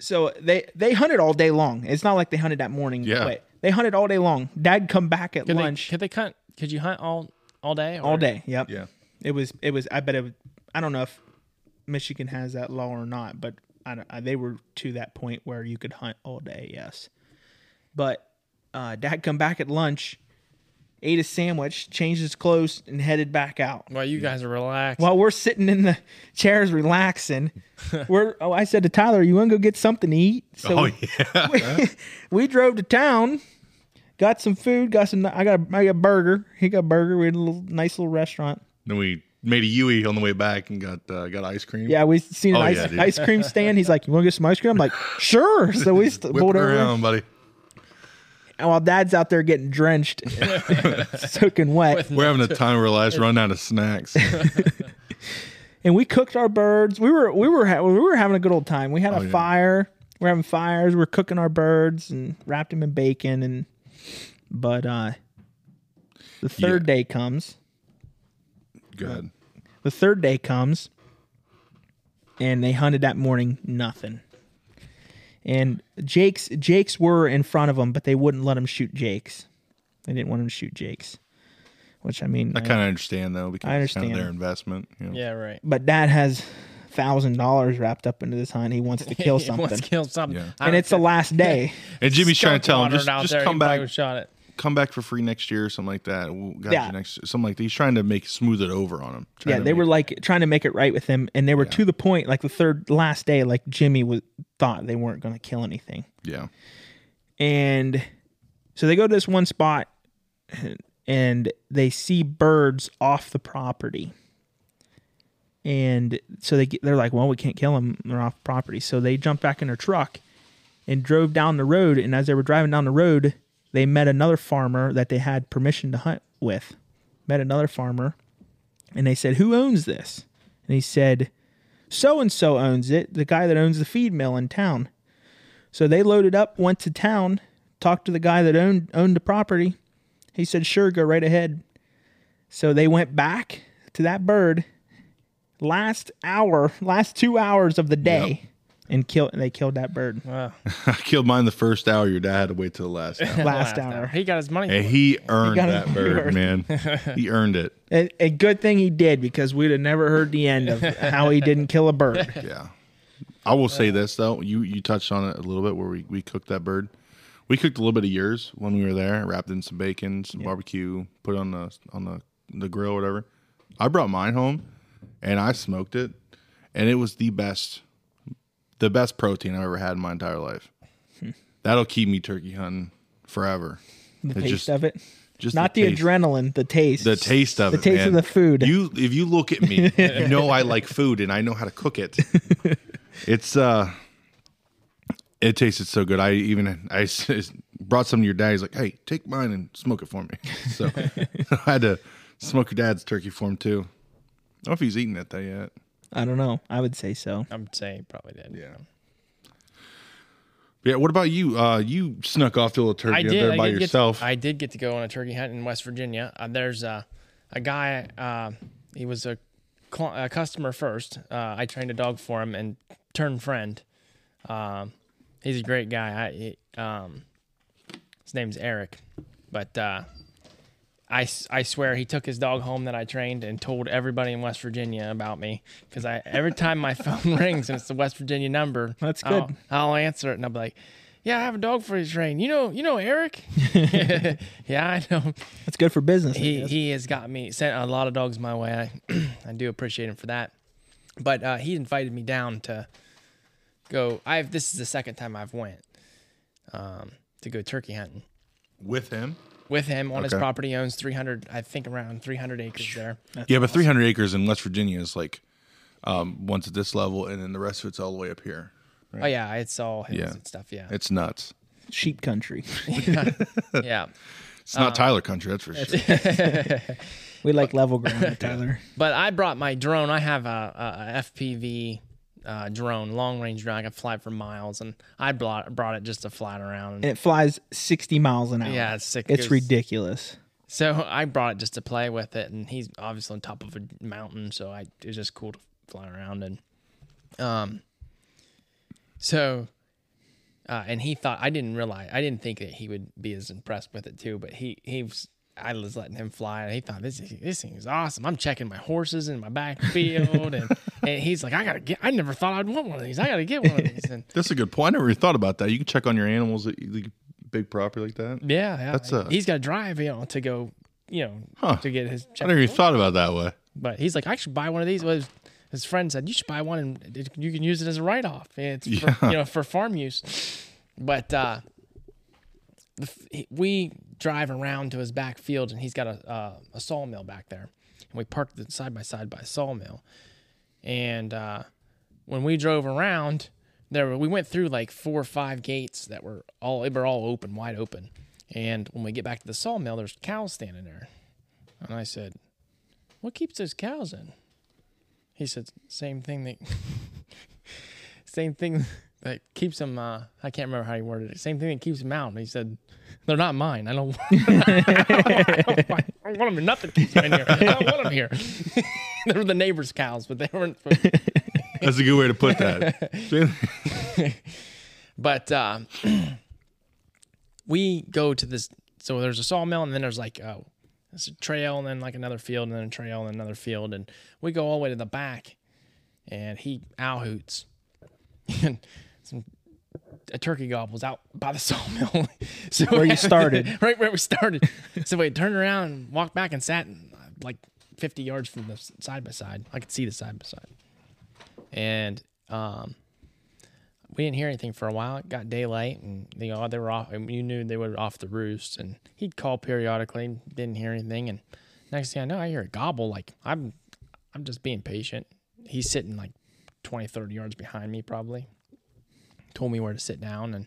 [SPEAKER 3] So they they hunted all day long. It's not like they hunted that morning.
[SPEAKER 1] Yeah.
[SPEAKER 3] But they hunted all day long. Dad come back at
[SPEAKER 2] Could
[SPEAKER 3] lunch
[SPEAKER 2] They, could they hunt? Could you hunt all all day?
[SPEAKER 3] all
[SPEAKER 2] or-
[SPEAKER 3] day. Yep.
[SPEAKER 1] Yeah.
[SPEAKER 3] It was it was. I bet it. Was, I don't know if Michigan has that law or not, but I, don't- I, they were to that point where you could hunt all day. Yes. But uh, Dad come back at lunch, ate a sandwich, changed his clothes, and headed back out.
[SPEAKER 2] Well, you guys are relaxed.
[SPEAKER 3] while we're sitting in the chairs relaxing, we're oh, I said to Tyler, "You want to go get something to eat?" So
[SPEAKER 1] oh yeah.
[SPEAKER 3] we, we drove to town, got some food, got some. I got a, I got a burger. He got a burger. We had a little nice little restaurant.
[SPEAKER 1] then we made a Yui on the way back and got uh, got ice cream.
[SPEAKER 3] Yeah, we seen an
[SPEAKER 1] Oh,
[SPEAKER 3] ice,
[SPEAKER 1] yeah, dude.
[SPEAKER 3] ice cream stand. He's like, "You want to get some ice cream?" I'm like, "Sure." So we st-
[SPEAKER 1] Whip
[SPEAKER 3] pulled
[SPEAKER 1] it
[SPEAKER 3] over,
[SPEAKER 1] around, buddy.
[SPEAKER 3] and while Dad's out there getting drenched, soaking wet,
[SPEAKER 2] With-
[SPEAKER 1] We're having a time of our lives, run out of snacks.
[SPEAKER 3] and we cooked our birds. We were we were ha- we were having a good old time. We had a
[SPEAKER 1] Oh, yeah.
[SPEAKER 3] fire. We're having fires. We're cooking our birds and wrapped them in bacon. And but uh, the third day comes.
[SPEAKER 1] Good.
[SPEAKER 3] The third day comes, and they hunted that morning. Nothing. And Jake's Jake's were in front of them, but they wouldn't let him shoot Jake's. They didn't want him to shoot Jake's, which I mean, uh,
[SPEAKER 1] I kind of understand though because
[SPEAKER 3] I
[SPEAKER 1] it's kind of
[SPEAKER 3] understand.
[SPEAKER 1] their investment. You know.
[SPEAKER 2] yeah, right.
[SPEAKER 3] but Dad has thousand dollars wrapped up into this hunt. He wants to kill
[SPEAKER 2] He
[SPEAKER 3] something,
[SPEAKER 2] Wants to kill something.
[SPEAKER 1] Yeah.
[SPEAKER 2] I
[SPEAKER 3] and
[SPEAKER 2] don't
[SPEAKER 3] it's the last day.
[SPEAKER 1] And Jimmy's trying
[SPEAKER 2] skunk
[SPEAKER 1] to tell him
[SPEAKER 2] watered
[SPEAKER 1] just,
[SPEAKER 2] out
[SPEAKER 1] just
[SPEAKER 2] there,
[SPEAKER 1] come
[SPEAKER 2] he probably
[SPEAKER 1] back,
[SPEAKER 2] would've Shot it.
[SPEAKER 1] come back for free next year or something like that. We'll got
[SPEAKER 3] Yeah.
[SPEAKER 1] you next something like that. He's trying to make smooth it over on him. Trying
[SPEAKER 3] yeah,
[SPEAKER 1] to
[SPEAKER 3] they
[SPEAKER 1] make-
[SPEAKER 3] were like trying to make it right with him, and they were to the point. Like the third last day, like Jimmy was thought they weren't going to kill anything.
[SPEAKER 1] yeah.
[SPEAKER 3] and so they go to this one spot and they see birds off the property and so they get, they're like well we can't kill them they're off property so they jumped back in their truck and drove down the road and as they were driving down the road they met another farmer that they had permission to hunt with met another farmer and they said who owns this and he said so and so owns it the guy that owns the feed mill in town so they loaded up, went to town, talked to the guy that owned owned the property. He said, "Sure, go right ahead." So they went back to that bird last hour, last 2 hours of the day and killed and they killed that bird
[SPEAKER 2] Wow.
[SPEAKER 1] I killed mine the first hour. Your dad had to wait till the last hour.
[SPEAKER 3] last hour.
[SPEAKER 2] He got his money.
[SPEAKER 1] And
[SPEAKER 2] for it.
[SPEAKER 1] he earned
[SPEAKER 3] got
[SPEAKER 1] that
[SPEAKER 3] it.
[SPEAKER 1] bird, man. he earned it.
[SPEAKER 3] A, a good thing he did because we'd have never heard the end of how he didn't kill a bird.
[SPEAKER 1] Yeah. I will say this though. You you touched on it a little bit where we, we cooked that bird. We cooked a little bit of yours when we were there, wrapped in some bacon, some barbecue, put it on the on the, the grill or whatever. I brought mine home and I smoked it and it was the best the best protein I've ever had in my entire life. That'll keep me turkey hunting forever.
[SPEAKER 3] Hmm. The
[SPEAKER 1] It
[SPEAKER 3] taste
[SPEAKER 1] just-
[SPEAKER 3] of it.
[SPEAKER 1] Just
[SPEAKER 3] Not the,
[SPEAKER 1] taste.
[SPEAKER 3] adrenaline, the taste.
[SPEAKER 1] The taste of
[SPEAKER 3] The
[SPEAKER 1] it.
[SPEAKER 3] taste
[SPEAKER 1] man.
[SPEAKER 3] of the food.
[SPEAKER 1] You if you look at me, you know I like food and I know how to cook it. it's uh it tasted so good. I even I s- brought some to your dad. He's like, "Hey, take mine and smoke it for me." So I had to smoke your dad's turkey for him too. I don't know if he's eaten it though yet.
[SPEAKER 3] I don't know. I would say so.
[SPEAKER 2] I'm saying he probably did. Yeah.
[SPEAKER 1] But yeah. What about you? Uh, you snuck off to a little turkey
[SPEAKER 2] I
[SPEAKER 1] up
[SPEAKER 2] did.
[SPEAKER 1] there
[SPEAKER 2] I
[SPEAKER 1] by
[SPEAKER 2] did
[SPEAKER 1] yourself.
[SPEAKER 2] Get to, I did get to go on a turkey hunt in West Virginia. Uh, there's a, a guy. Uh, he was a, cl- a customer first. Uh, I trained a dog for him and turned friend. Um, he's a great guy. I, he- um, his name's Eric, but uh, I, s- I swear he took his dog home that I trained and told everybody in West Virginia about me because I every time my phone rings and it's the West Virginia number,
[SPEAKER 3] That's
[SPEAKER 2] I'll-
[SPEAKER 3] good.
[SPEAKER 2] I'll, answer it and I'll be like, "Yeah, I have a dog for you to train. You know, you know Eric. yeah, I know.
[SPEAKER 3] That's good for business. I
[SPEAKER 2] He
[SPEAKER 3] guess.
[SPEAKER 2] he has got me sent a lot of dogs my way. I I do appreciate him for that. But uh, he invited me down to go. I've this is the second time I've went um, to go turkey hunting
[SPEAKER 1] with him.
[SPEAKER 2] with him on his
[SPEAKER 1] Okay.
[SPEAKER 2] property. He owns 300, I think around 300 acres there.
[SPEAKER 1] yeah, but 300 acres in West Virginia is like um, once at this level, and then the rest of it's all the way up here.
[SPEAKER 2] Oh yeah, it's all his
[SPEAKER 1] Yeah.
[SPEAKER 2] and stuff. Yeah,
[SPEAKER 1] It's nuts.
[SPEAKER 3] Sheep country.
[SPEAKER 2] yeah.
[SPEAKER 1] It's not Tyler country, Uh, that's for sure.
[SPEAKER 3] We like level ground, Tyler.
[SPEAKER 2] But I brought my drone. I have a, a, a FPV uh, drone, long range drone. I can fly for miles, and I brought brought it just to fly it around.
[SPEAKER 3] and
[SPEAKER 2] And,
[SPEAKER 3] it flies 60 miles an hour.
[SPEAKER 2] yeah, it's sick.
[SPEAKER 3] It's
[SPEAKER 2] It was-
[SPEAKER 3] ridiculous.
[SPEAKER 2] So I brought it just to play with it, and he's obviously on top of a mountain, so I it was just cool to fly around and, um, so, uh, and he thought I didn't realize I didn't think that he would be as impressed with it too, but he he was I was letting him fly, and he thought this is- this thing is awesome. I'm checking my horses in my backfield, and and he's like, I gotta get. I never thought I'd want one of these. I gotta get one of these. And
[SPEAKER 1] That's a good point. I never even thought about that. You can check on your animals at the big property like that.
[SPEAKER 2] yeah, yeah,
[SPEAKER 1] That's a-
[SPEAKER 2] he's got to drive, you know, to go, you know,
[SPEAKER 1] Huh.
[SPEAKER 2] to get his.
[SPEAKER 1] I never even thought about it that way.
[SPEAKER 2] But he's like, I should buy one of these. Well, his, his friend said, you should buy one and it- you can use it as a write off. It's for,
[SPEAKER 1] Yeah.
[SPEAKER 2] you know for farm use. But uh, the f- he- we drive around to his back field and he's got a uh, a sawmill back there, and we parked it side by side by a sawmill, and uh, when we drove around, there were, we went through like four or five gates that were all they were all open, wide open, and when we get back to the sawmill, there's cows standing there, and I said, "What keeps those cows in?" He said, "Same thing that." same thing that keeps them. Uh, I can't remember how he worded it. Same thing that keeps them out. And he said, "They're not mine. I don't. Want, I don't want, I don't want them. Nothing keeps them in here. I don't want them here. they were the neighbors' cows, but they weren't.
[SPEAKER 1] That's a good way to put that.
[SPEAKER 2] But um, we go to this. So there's a sawmill, and then there's like uh, it's a trail, and then like another field, and then a trail, and another field, and we go all the way to the back, and he owl hoots, and some a turkey gobbles out by the sawmill. so
[SPEAKER 3] Where you started.
[SPEAKER 2] right where we started. so we turned around and walked back and sat uh, like 50 yards from the side by side. I could see the side by side, and um we didn't hear anything for a while. It got daylight, and you know they were off. and You knew they were off the roost, and he'd call periodically. Didn't hear anything, and next thing I know, I hear a gobble. Like I'm, I'm just being patient. He's sitting like 20, 30 yards behind me, probably. Told me where to sit down, and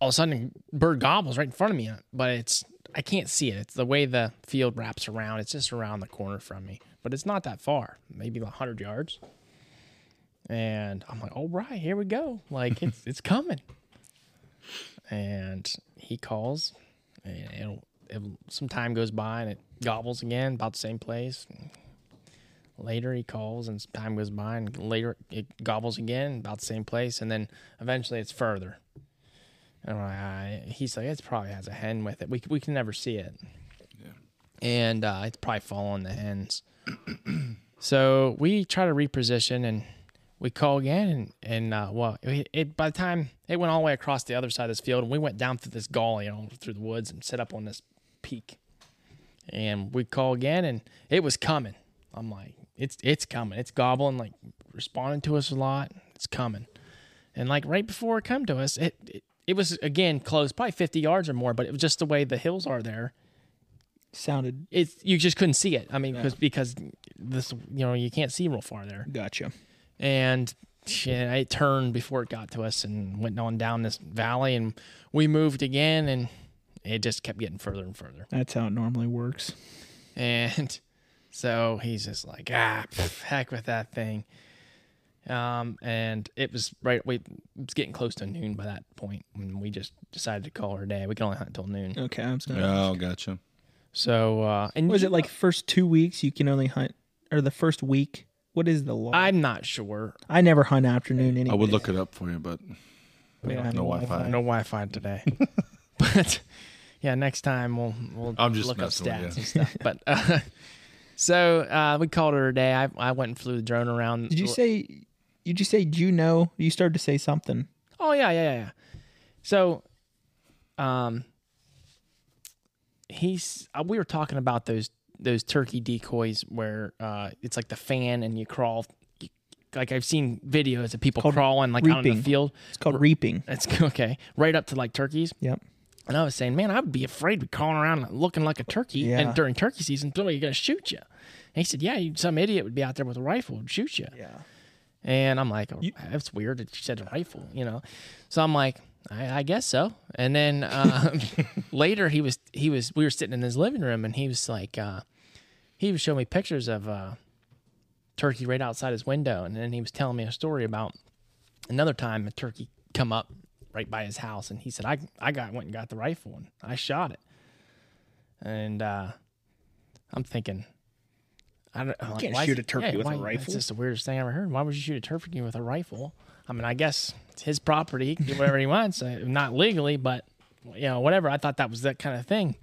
[SPEAKER 2] all of a sudden, a bird gobbles right in front of me. But it's I can't see it. It's the way the field wraps around. It's just around the corner from me, but it's not that far. Maybe like 100 yards. And I'm like, all right, here we go. Like it's it's coming. And he calls, and it'll, it'll some time goes by, and it gobbles again, about the same place. Later he calls, and some time goes by, and later it gobbles again, about the same place, and then eventually it's further. And I'm like, "Ah," he's like, it probably has a hen with it. We we can never see it. And uh, it's probably following the hens. So we try to reposition and we call again and, and uh, well it, it by the time it went all the way across the other side of this field and we went down through this gully and all through the woods and set up on this peak and we call again and it was coming i'm like it's it's coming it's gobbling like responding to us a lot it's coming and like right before it come to us it, it it was again close probably 50 yards or more but it was just the way the hills are there
[SPEAKER 3] Sounded
[SPEAKER 2] it's you just couldn't see it i mean 'cause- because this you know you can't see real far there
[SPEAKER 3] gotcha.
[SPEAKER 2] and shit, it turned before it got to us and went on down this valley, and we moved again, and it just kept getting further and further.
[SPEAKER 3] That's how it normally works.
[SPEAKER 2] And so he's just like, ah, pff, heck with that thing. Um, and it was right, we it was getting close to noon by that point, and we just decided to call her a day. We can only hunt until noon.
[SPEAKER 3] Okay, I'm sorry.
[SPEAKER 1] oh, gotcha.
[SPEAKER 2] So, uh, and
[SPEAKER 3] Was it like first two weeks you can only hunt, or the first week? What is the law? I,
[SPEAKER 2] I'm not sure.
[SPEAKER 3] never hunt afternoon anyway.
[SPEAKER 1] I would look it up for you, but
[SPEAKER 3] We don't have
[SPEAKER 1] no Wi-Fi.
[SPEAKER 2] No Wi-Fi today, but yeah, next time we'll we'll
[SPEAKER 1] I'm just
[SPEAKER 2] look up
[SPEAKER 1] messing with
[SPEAKER 2] stats
[SPEAKER 1] you.
[SPEAKER 2] and stuff. But uh, so uh, we called her a day. I, I went and flew the drone around.
[SPEAKER 3] Did you say? Did you say? Do you know? You started to say something.
[SPEAKER 2] Oh yeah, yeah, yeah, yeah. So, um, he's uh, we were talking about those those turkey decoys where uh it's like the fan and you crawl. you- Like I've seen videos of people
[SPEAKER 3] Called
[SPEAKER 2] crawling like out in
[SPEAKER 3] reaping.
[SPEAKER 2] the field.
[SPEAKER 3] It's called reaping.
[SPEAKER 2] That's okay, right up to like turkeys.
[SPEAKER 3] Yep.
[SPEAKER 2] And I was saying, man, I'd be afraid of crawling around looking like a turkey.
[SPEAKER 3] Yeah.
[SPEAKER 2] And during turkey season, somebody's going to shoot you. And he said, yeah, you, some idiot would be out there with a rifle and shoot you.
[SPEAKER 3] Yeah.
[SPEAKER 2] And I'm like, oh, that's weird that you said a rifle, you know? So I'm like, I, I guess so. And then um, later he was, he was, we were sitting in his living room and he was like, uh, he was showing me pictures of uh, turkey right outside his window. And then he was telling me a story about another time a turkey come up right by his house and he said i i got went and got the rifle and i shot it and uh i'm thinking i don't like,
[SPEAKER 4] can't
[SPEAKER 2] why-
[SPEAKER 4] shoot a turkey with a
[SPEAKER 2] why-
[SPEAKER 4] rifle.
[SPEAKER 2] that's just the weirdest thing i ever heard why would you shoot a turkey with a rifle i mean i guess it's his property he can do whatever he wants uh, not legally but you know whatever i thought that was that kind of thing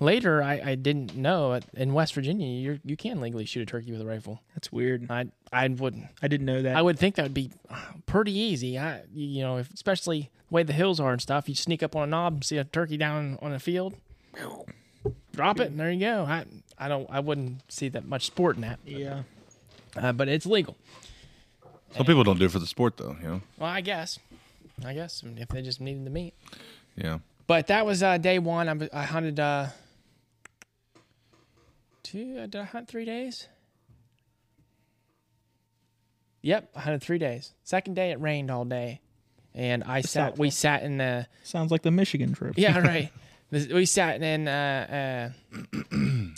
[SPEAKER 2] later i, I didn't know uh, in west virginia you you can legally shoot a turkey with a rifle
[SPEAKER 3] That's weird.
[SPEAKER 2] i i wouldn't
[SPEAKER 3] I didn't know that.
[SPEAKER 2] I would think that would be pretty easy. I, you know, if, especially the way the hills are and stuff, you sneak up on a knob, see a turkey down on a field, drop it, and there you go. I, I don't, I wouldn't see that much sport in that,
[SPEAKER 3] yeah.
[SPEAKER 2] uh, but it's legal.
[SPEAKER 1] some people don't do it for the sport, though. You know.
[SPEAKER 2] Well, I guess, I guess if they just needed the meat.
[SPEAKER 1] Yeah.
[SPEAKER 2] But that was uh, day one. I, I hunted uh, two. uh, Did I hunt three days? Yep, I hunted three days. Second day, it rained all day, and I sat.
[SPEAKER 3] not
[SPEAKER 2] We sat in the
[SPEAKER 3] Sounds like the Michigan trip.
[SPEAKER 2] yeah right. This- We sat in uh, uh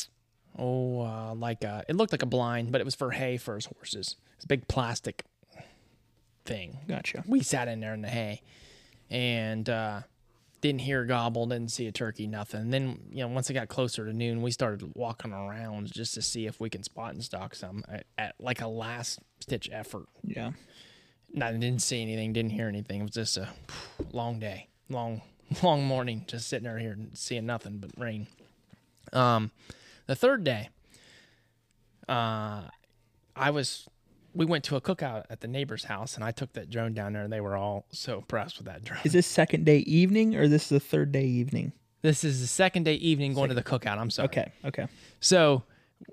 [SPEAKER 2] oh uh, like a, it looked like a blind, but it was for hay for his horses. It's a big plastic thing
[SPEAKER 3] Gotcha.
[SPEAKER 2] we sat in there in the hay and uh, didn't hear a gobble, didn't see a turkey, nothing. And then, you know, once it got closer to noon, we started walking around just to see if we can spot and stock some at, at like a last stitch effort.
[SPEAKER 3] Yeah.
[SPEAKER 2] Not didn't see anything, didn't hear anything. It was just a long day, long, long morning, just sitting there here and seeing nothing but rain. Um, the third day, uh, I was, we went to a cookout at the neighbor's house, and I took that drone down there, and they were all so impressed with that drone.
[SPEAKER 3] Is this second day evening or this is the third day evening?
[SPEAKER 2] This is the second day evening going to the cookout. I'm sorry.
[SPEAKER 3] Okay. Okay.
[SPEAKER 2] So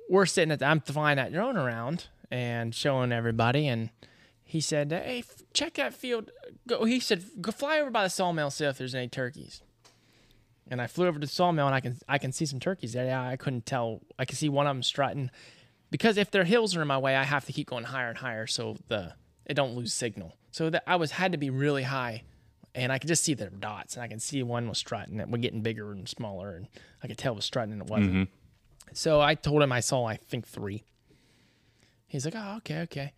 [SPEAKER 2] we're sitting at the, I'm flying that drone around and showing everybody. And he said, Hey, f- check that field. Go. He said, Go fly over by the sawmill, see if there's any turkeys. And I flew over to the sawmill and I can I can see some turkeys there. Yeah, I couldn't tell. I could see one of them strutting because if their hills are in my way, I have to keep going higher and higher so the it don't lose signal. So that I was had to be really high, and I could just see their dots, and I could see one was strutting, and we're getting bigger and smaller, and I could tell it was strutting and it wasn't. So I told him I saw I think three. He's like, oh okay, okay,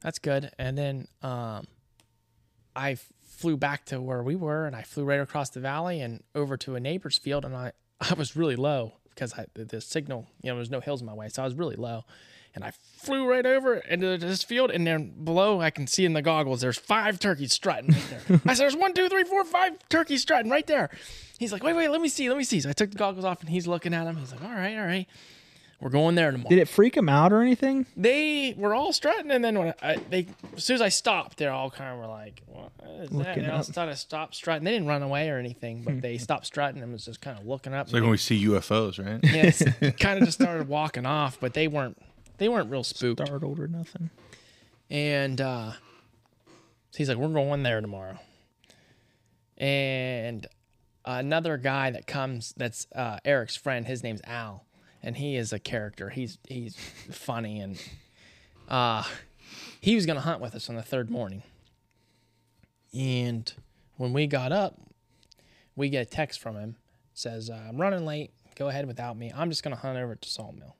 [SPEAKER 2] that's good. And then um, I f- flew back to where we were, and I flew right across the valley and over to a neighbor's field, and I I was really low because I the, the signal you know there was no hills in my way, so I was really low, and I flew right over into this field, and then below I can see in the goggles there's five turkeys strutting right there. I said, there's one, two, three, four, five turkeys strutting right there. He's like, wait, wait, let me see, let me see. So I took the goggles off, and he's looking at them. He's like, all right, all right. We're going there tomorrow
[SPEAKER 3] Did it freak him out or anything?
[SPEAKER 2] they were all strutting, and then when I, they, as soon as I stopped, they're all kind of were like, "What is that?"
[SPEAKER 3] Looking
[SPEAKER 2] And I
[SPEAKER 3] up.
[SPEAKER 2] started to stop strutting. They didn't run away or anything, but they stopped strutting and was just kind of looking up.
[SPEAKER 1] It's like when we see UFOs, right?
[SPEAKER 2] kind of just started walking off, but they weren't, they weren't real spooked.
[SPEAKER 3] Startled or nothing?
[SPEAKER 2] And uh, so he's like, "We're going there tomorrow." And another guy that comes, that's uh, Eric's friend. His name's Al, and he is a character. He's he's funny, and uh, he was gonna hunt with us on the third morning. And when we got up, we get a text from him says, uh, "I'm running late. Go ahead without me. I'm just gonna hunt over to Sawmill."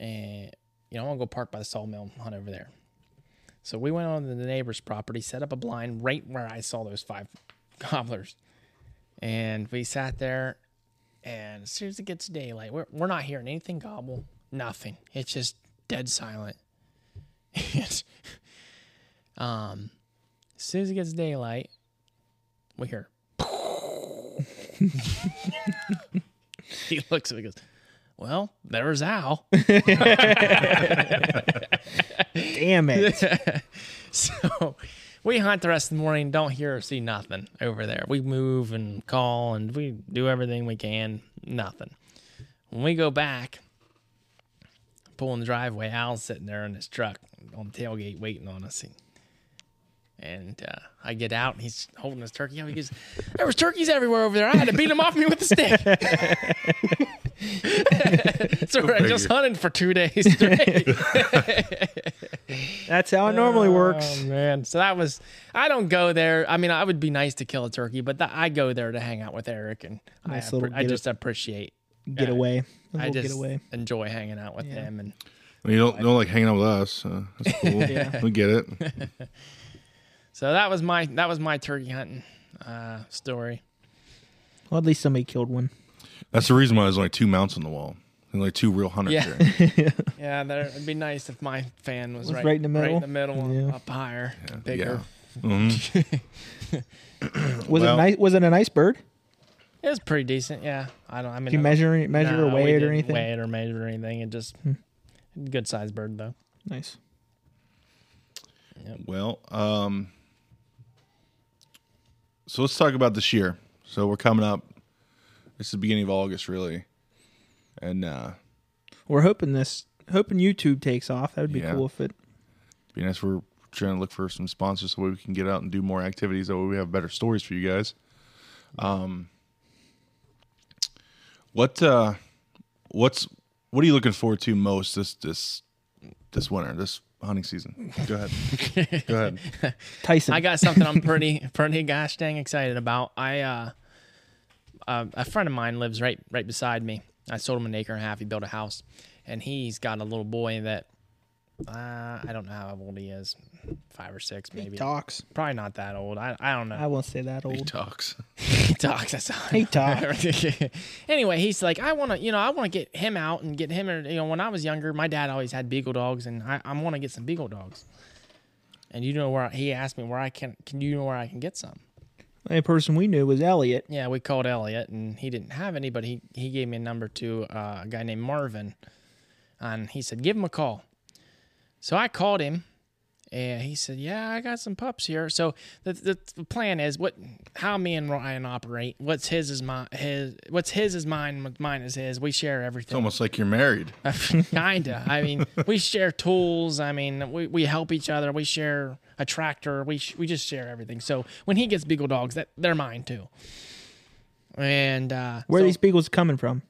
[SPEAKER 2] and you know, I'm gonna go park by the sawmill and hunt over there. So we went on to the neighbor's property, set up a blind right where I saw those five gobblers, and we sat there. And as soon as it gets daylight, we're, we're not hearing anything gobble, nothing. It's just dead silent. And, um, as soon as it gets daylight, we hear. he looks at me and goes, Well, there's Al.
[SPEAKER 3] Damn it.
[SPEAKER 2] So we hunt the rest of the morning, don't hear or see nothing over there. We move and call and we do everything we can, nothing. When we go back, pulling the driveway, Al's sitting there in his truck on the tailgate waiting on us. He- And uh, I get out and he's holding his turkey up. He goes, There was turkeys everywhere over there. I had to beat them off me with a stick. so I just
[SPEAKER 1] figure.
[SPEAKER 2] hunted for two days straight.
[SPEAKER 3] That's how it normally works.
[SPEAKER 2] Oh man, so that was. I don't go there. I mean, I would be nice to kill a turkey, but th- I go there to hang out with Eric, and
[SPEAKER 3] Nice
[SPEAKER 2] I, appre-
[SPEAKER 3] little
[SPEAKER 2] I
[SPEAKER 3] get-
[SPEAKER 2] just appreciate.
[SPEAKER 3] Get away.
[SPEAKER 2] I
[SPEAKER 3] A little
[SPEAKER 2] just
[SPEAKER 3] get away.
[SPEAKER 2] enjoy hanging out with him, and
[SPEAKER 1] Well, you don't you don't like hanging out with us. So that's cool. We get it.
[SPEAKER 2] so that was my that was my turkey hunting uh, story.
[SPEAKER 3] Well, at least somebody killed one.
[SPEAKER 1] That's the reason why there's only two mounts on the wall. And only two real hunters
[SPEAKER 2] Yeah.
[SPEAKER 1] there.
[SPEAKER 2] Yeah, there, it'd be nice if my fan was,
[SPEAKER 3] Was right in the
[SPEAKER 2] right in
[SPEAKER 3] middle?
[SPEAKER 2] the middle,
[SPEAKER 3] Yeah.
[SPEAKER 2] up higher, bigger.
[SPEAKER 1] Mhm.
[SPEAKER 3] Was
[SPEAKER 1] Well-
[SPEAKER 3] it nice? Was it a nice bird?
[SPEAKER 2] It was pretty decent. Yeah, I don't. I mean,
[SPEAKER 3] Did you measure measure
[SPEAKER 2] nah, we
[SPEAKER 3] or weigh it or
[SPEAKER 2] didn't
[SPEAKER 3] anything? Hmm.
[SPEAKER 2] Weigh it or measure anything. It just good sized bird though.
[SPEAKER 3] Nice.
[SPEAKER 1] Well, um, so let's talk about this year. So we're coming up. It's the beginning of August, really, and uh,
[SPEAKER 3] We're hoping this hoping YouTube takes off. That would be
[SPEAKER 1] Yeah.
[SPEAKER 3] cool if it
[SPEAKER 1] be nice. We're trying to look for some sponsors so we can get out and do more activities. That way, we have better stories for you guys. Um, what uh, what's what are you looking forward to most this this this winter this hunting season? Go ahead, go ahead.
[SPEAKER 3] Tyson.
[SPEAKER 2] I got something I'm pretty pretty gosh dang excited about. I uh, uh, a friend of mine lives right right beside me. I sold him an acre and a half. He built a house, and he's got a little boy that uh, I don't know how old he is, five or six maybe.
[SPEAKER 3] talks.
[SPEAKER 2] Probably not that old. I, I don't know.
[SPEAKER 3] I won't say that
[SPEAKER 1] He
[SPEAKER 3] old.
[SPEAKER 1] talks.
[SPEAKER 2] He talks. That's all.
[SPEAKER 3] He talks.
[SPEAKER 2] anyway, he's like, I want to, you know, I want to get him out and get him. in- You know, when I was younger, my dad always had beagle dogs, and I, I want to get some beagle dogs. And you know where I- he asked me where I can, can you know where I can get some?
[SPEAKER 3] The only person we knew was Elliot.
[SPEAKER 2] Yeah, we called Elliot, and he didn't have any, but he he gave me a number to uh, a guy named Marvin, and he said give him a call. So I called him, and he said, "Yeah, I got some pups here." So the the, the plan is what how me and Ryan operate. What's his is my his. What's his is mine. What's mine is his. We share
[SPEAKER 1] It's
[SPEAKER 2] everything.
[SPEAKER 1] almost like you're married.
[SPEAKER 2] Kinda. I mean, we share tools. I mean, we, we help each other. We share a tractor. We sh- we just share everything. So when he gets beagle dogs, that they're mine too. And uh,
[SPEAKER 3] Where
[SPEAKER 2] so,
[SPEAKER 3] are these beagles coming from?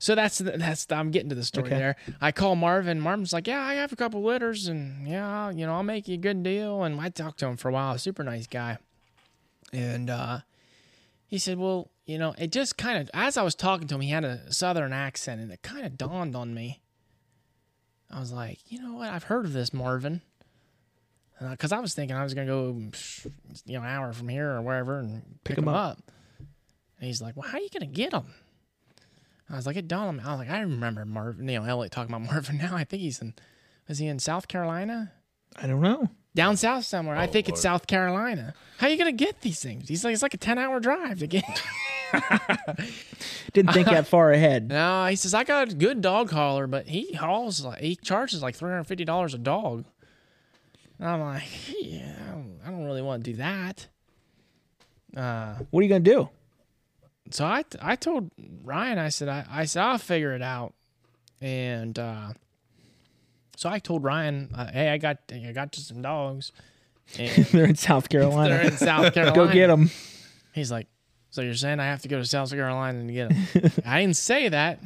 [SPEAKER 2] so that's the, that's the, I'm getting to the story
[SPEAKER 3] Okay.
[SPEAKER 2] there. I call Marvin. Marvin's like, yeah, I have a couple litters, and yeah, you know, I'll make you a good deal. And I talked to him for a while. Super nice guy. And uh, he said, well, you know, it just kind of as I was talking to him, he had a southern accent, and it kind of dawned on me. I was like, you know what? I've heard of this Marvin. Because I was thinking I was gonna go, psh, you know, an hour from here or wherever and pick,
[SPEAKER 3] 'em
[SPEAKER 2] him
[SPEAKER 3] up.
[SPEAKER 2] up. And he's like, "Well, how are you gonna get him?" I was like, it dawned on me. I was like, I remember Marvin, you know, Elliot talking about Marvin now. I think he's in, is he in South Carolina?
[SPEAKER 3] I don't know.
[SPEAKER 2] Down south somewhere. I think it's South Carolina. How you going to get these things? He's like, it's like a 10 hour drive to get.
[SPEAKER 3] Didn't think that far ahead.
[SPEAKER 2] no, he says, I got a good dog hauler, but he hauls, like, he charges like $350 a dog. And I'm like, yeah, I don't, I don't really want to do that.
[SPEAKER 3] What are you gonna do?
[SPEAKER 2] so I I told Ryan I said I, I said I'll figure it out, and uh, so I told Ryan uh, hey I got I got you some dogs, and
[SPEAKER 3] They're in South
[SPEAKER 2] they're
[SPEAKER 3] Carolina.
[SPEAKER 2] in South Carolina.
[SPEAKER 3] Go get them.
[SPEAKER 2] He's like, so you're saying I have to go to South Carolina and get them? I didn't say that.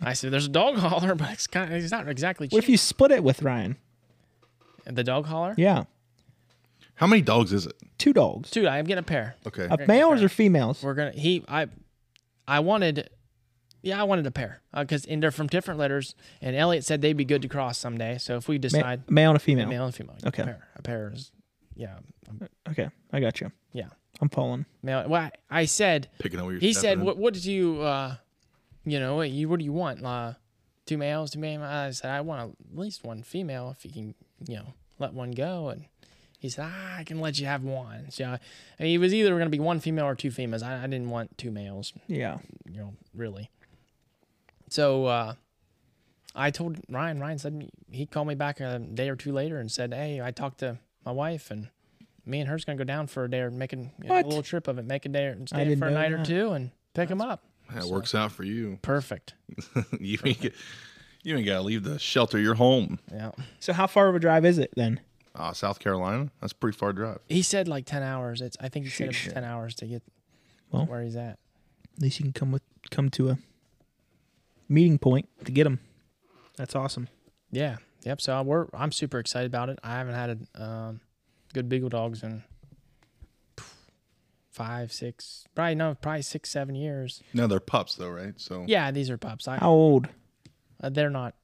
[SPEAKER 2] I said there's a dog hauler, but it's kind of, he's not exactly
[SPEAKER 3] What if
[SPEAKER 2] cheap.
[SPEAKER 3] you split it with Ryan?
[SPEAKER 2] the dog hauler.
[SPEAKER 3] Yeah,
[SPEAKER 1] How many dogs is it?
[SPEAKER 3] two dogs.
[SPEAKER 2] Dude, I'm getting a pair.
[SPEAKER 1] Okay,
[SPEAKER 3] Uh, males or females?
[SPEAKER 2] We're gonna he I I wanted yeah, I wanted a pair because and they're from different letters. And Elliot said they'd be good to cross someday. So if we
[SPEAKER 3] Ma-
[SPEAKER 2] decide
[SPEAKER 3] male and a female.
[SPEAKER 2] male and female,
[SPEAKER 3] Okay.
[SPEAKER 2] a pair, a pair is yeah, um,
[SPEAKER 3] Okay, I got you.
[SPEAKER 2] yeah,
[SPEAKER 3] I'm following.
[SPEAKER 2] male. Well, I, I said
[SPEAKER 1] picking up what you're.
[SPEAKER 2] he
[SPEAKER 1] stepping
[SPEAKER 2] said
[SPEAKER 1] in.
[SPEAKER 2] what what did you uh you know what you what do you want uh two males two males I said I want at least one female if you can you know let one go and. He said, ah, "I can let you have one." So I mean, it was either going to be one female or two females. I, I didn't want two males.
[SPEAKER 3] Yeah.
[SPEAKER 2] you know, really. So uh, I told Ryan. Ryan said he called me back a day or two later and said, "Hey, I talked to my wife, and me and her's gonna go down for a day or making a
[SPEAKER 3] What?
[SPEAKER 2] little trip of it, make a day or
[SPEAKER 3] I
[SPEAKER 2] stay
[SPEAKER 3] didn't
[SPEAKER 2] for a
[SPEAKER 3] know
[SPEAKER 2] night or
[SPEAKER 3] that.
[SPEAKER 2] two, and pick him up."
[SPEAKER 1] that works out for you.
[SPEAKER 2] Perfect.
[SPEAKER 1] you ain't get, you ain't gotta leave the shelter. of Your home,
[SPEAKER 2] Yeah.
[SPEAKER 3] So how far of a drive is it then?
[SPEAKER 1] uh, South Carolina. That's a pretty far drive.
[SPEAKER 2] He said like ten hours. It's I think he said it was
[SPEAKER 3] Sheesh.
[SPEAKER 2] ten hours to get
[SPEAKER 3] Well.
[SPEAKER 2] where he's at.
[SPEAKER 3] At least you can come with come to a meeting point to get them. That's awesome.
[SPEAKER 2] Yeah. Yep. So I, we're I'm super excited about it. I haven't had a um, good beagle dogs in five, six, probably no, probably six, seven years.
[SPEAKER 1] No, they're pups though, right? So
[SPEAKER 2] Yeah, these are pups. I,
[SPEAKER 3] How old?
[SPEAKER 2] uh, they're not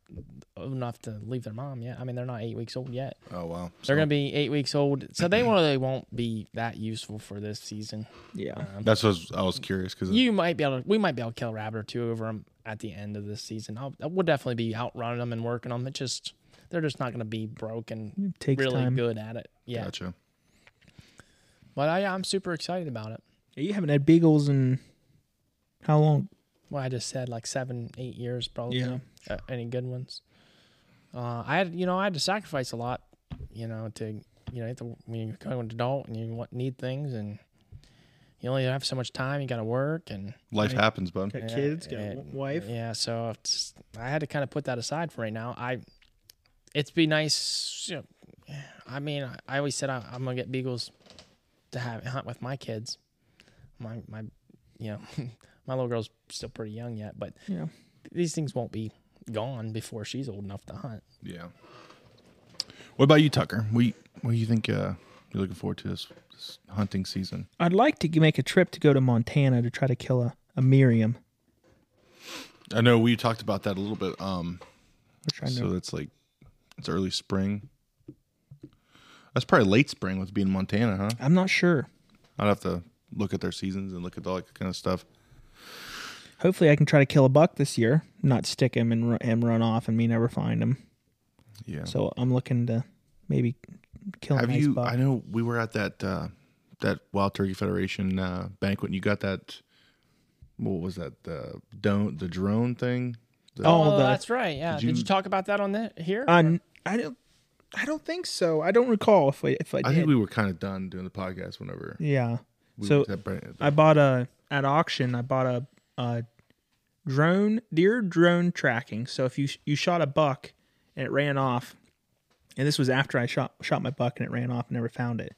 [SPEAKER 2] enough to leave their mom yet. I mean, they're not eight weeks old yet.
[SPEAKER 1] Oh wow.
[SPEAKER 2] They're
[SPEAKER 1] So
[SPEAKER 2] gonna be eight weeks old, so they really won't be that useful for this season.
[SPEAKER 3] Yeah.
[SPEAKER 1] that's what I was, I was curious because
[SPEAKER 2] You might be able to. We might be able to kill a rabbit or two over them at the end of this season. I'll, we'll definitely be outrunning them and working them. It just they're just not gonna be broken.
[SPEAKER 3] It takes
[SPEAKER 2] really
[SPEAKER 3] time.
[SPEAKER 2] good at it. Yeah.
[SPEAKER 1] gotcha.
[SPEAKER 2] But I, I'm super excited about it.
[SPEAKER 3] You haven't had beagles in how long?
[SPEAKER 2] Well, I just said like seven, eight years probably.
[SPEAKER 3] Yeah.
[SPEAKER 2] Uh, any good ones? Uh, I had, you know, I had to sacrifice a lot, you know, to, you know, you have to, when you become an adult and you want, need things and you only have so much time, you got to work and
[SPEAKER 1] Life happens, bud.
[SPEAKER 3] Got
[SPEAKER 2] Yeah,
[SPEAKER 3] kids, got
[SPEAKER 2] yeah,
[SPEAKER 3] a wife.
[SPEAKER 2] yeah. So it's, I had to kind of put that aside for right now. I, it'd be nice. You know, I mean, I, I always said I, I'm gonna get beagles to have hunt with my kids. my my you know my little girl's still pretty young yet, but
[SPEAKER 3] Yeah.
[SPEAKER 2] these things won't be gone before she's old enough to hunt.
[SPEAKER 1] Yeah. What about you, Tucker? We what do you think uh, you're looking forward to this, this hunting season?
[SPEAKER 3] I'd like to g- make a trip to go to Montana to try to kill a, a Miriam.
[SPEAKER 1] I know we talked about that a little bit. Um,
[SPEAKER 3] We're trying
[SPEAKER 1] so
[SPEAKER 3] to,
[SPEAKER 1] that's like it's early spring. That's probably late spring with being Montana, huh?
[SPEAKER 3] I'm not sure.
[SPEAKER 1] I'd have to look at their seasons and look at all that kind of stuff.
[SPEAKER 3] Hopefully, I can try to kill a buck this year, not stick him and, ru- and run off and me never find him.
[SPEAKER 1] Yeah.
[SPEAKER 3] So I'm looking to maybe kill a
[SPEAKER 1] have
[SPEAKER 3] nice
[SPEAKER 1] you?
[SPEAKER 3] buck.
[SPEAKER 1] I know we were at that uh, that Wild Turkey Federation uh, banquet, and you got that. What was that? The don't the drone thing. The-
[SPEAKER 3] Oh,
[SPEAKER 2] Oh,
[SPEAKER 3] the-
[SPEAKER 2] that's right. Yeah. Did you,
[SPEAKER 1] you-
[SPEAKER 2] talk about that on that here?
[SPEAKER 3] Uh, n- I don't. I don't think so. I don't recall if I if I,
[SPEAKER 1] I
[SPEAKER 3] did.
[SPEAKER 1] think we were kind of done doing the podcast whenever.
[SPEAKER 3] yeah.
[SPEAKER 1] We
[SPEAKER 3] so uh,
[SPEAKER 1] went to that brand-
[SPEAKER 3] I bought a at auction. I bought a, a drone deer drone tracking. So if you you shot a buck and it ran off, and this was after I shot shot my buck and it ran off, and never found it.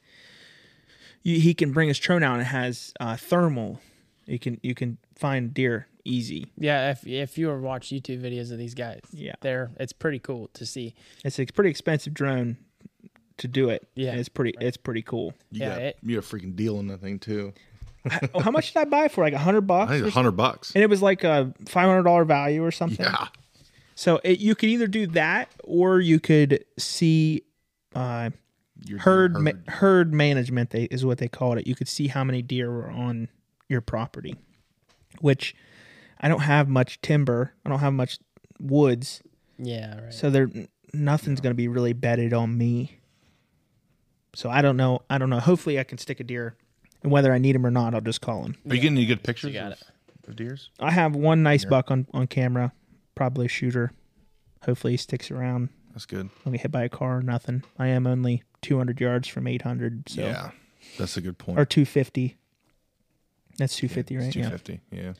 [SPEAKER 3] You, he can bring his drone out and it has uh, thermal. You can you can find deer easy.
[SPEAKER 2] yeah. If if you ever watch YouTube videos of these guys,
[SPEAKER 3] Yeah.
[SPEAKER 2] they're it's pretty cool to see.
[SPEAKER 3] It's a pretty expensive drone to do it.
[SPEAKER 2] Yeah.
[SPEAKER 3] and it's pretty it's pretty cool.
[SPEAKER 1] you
[SPEAKER 2] yeah,
[SPEAKER 1] got
[SPEAKER 2] it-
[SPEAKER 1] you got a freaking deal on that thing too.
[SPEAKER 3] oh, how much did I buy for? Like a hundred bucks.
[SPEAKER 1] I
[SPEAKER 3] or
[SPEAKER 1] think it's hundred bucks.
[SPEAKER 3] and it was like a five hundred dollar value or something.
[SPEAKER 1] Yeah,
[SPEAKER 3] So it, you could either do that, or you could see uh,
[SPEAKER 1] Your
[SPEAKER 3] herd ma- herd management they, is what they called it. You could see how many deer were on your property, which I don't have much timber. I don't have much woods,
[SPEAKER 2] Yeah. Right.
[SPEAKER 3] so there nothing's going to be really bedded on me. So I don't know. I don't know. Hopefully, I can stick a deer, and whether I need him or not, I'll just call him.
[SPEAKER 1] Are you getting any good pictures?
[SPEAKER 2] got
[SPEAKER 1] of, of deers.
[SPEAKER 3] I have one nice buck on on camera, probably a shooter. Hopefully, he sticks around.
[SPEAKER 1] That's good.
[SPEAKER 3] don't get hit by a car or nothing. I am only 200 yards from 800, so
[SPEAKER 1] Yeah, that's a good point.
[SPEAKER 3] or 250. That's 250, right?
[SPEAKER 1] Two
[SPEAKER 3] Yeah.
[SPEAKER 1] fifty. Yeah.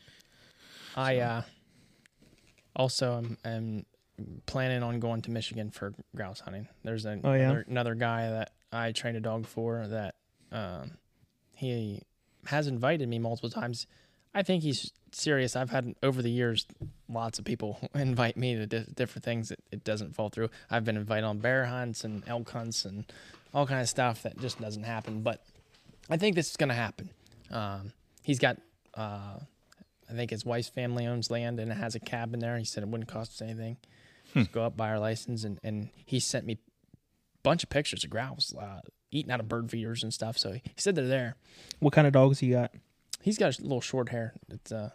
[SPEAKER 2] I uh, also am, am planning on going to Michigan for grouse hunting. There's an,
[SPEAKER 3] Oh, yeah?
[SPEAKER 2] another, another guy that I trained a dog for that um, he has invited me multiple times. I think he's serious. I've had over the years lots of people invite me to di- different things. It, it doesn't fall through. I've been invited on bear hunts and elk hunts and all kind of stuff that just doesn't happen. But I think this is going to happen. Um, he's got, uh, I think his wife's family owns land and it has a cabin there. He said it wouldn't cost us anything. Just go up, buy our license, and, and he sent me a bunch of pictures of grouse uh, eating out of bird feeders and stuff. So he, he said they're there.
[SPEAKER 3] What kind of dogs he got?
[SPEAKER 2] He's got a little short hair. It's uh,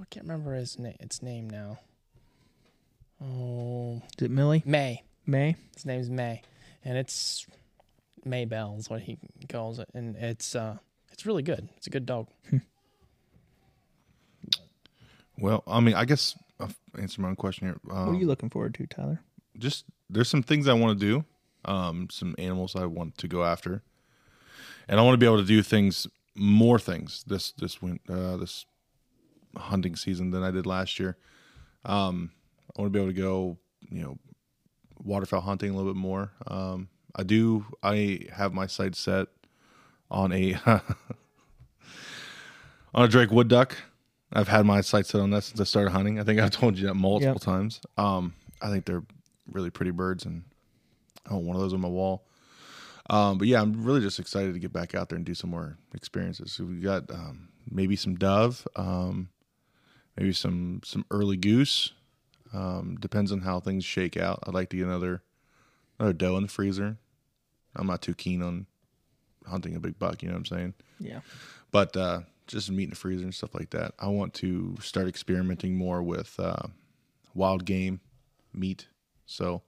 [SPEAKER 2] I can't remember his name. Its name now. Oh,
[SPEAKER 3] Is it Millie?
[SPEAKER 2] May.
[SPEAKER 3] May?
[SPEAKER 2] His name's May, and it's Maybell is what he calls it, and it's uh, it's really good. It's a good dog.
[SPEAKER 1] Well, I mean, I guess I'll answer my own question here. Um,
[SPEAKER 3] What are you looking forward to, Tyler?
[SPEAKER 1] just there's some things I want to do, um, some animals I want to go after, and I want to be able to do things, more things this this win uh, this hunting season than I did last year. Um, I want to be able to go, you know, waterfowl hunting a little bit more. Um, I do. I have my sights set on a on a Drake wood duck. I've had my sights set on that since I started hunting. I think I've told you that multiple
[SPEAKER 3] Yep.
[SPEAKER 1] times. Um, I think they're really pretty birds, and I want one of those on my wall. Um, but yeah, I'm really just excited to get back out there and do some more experiences. So we got um, maybe some dove, um, maybe some some early goose. Um, depends on how things shake out. I'd like to get another another doe in the freezer. I'm not too keen on hunting a big buck. You know what I'm saying?
[SPEAKER 3] Yeah.
[SPEAKER 1] but uh, just meat in the freezer and stuff like that. I want to start experimenting more with uh, wild game meat. So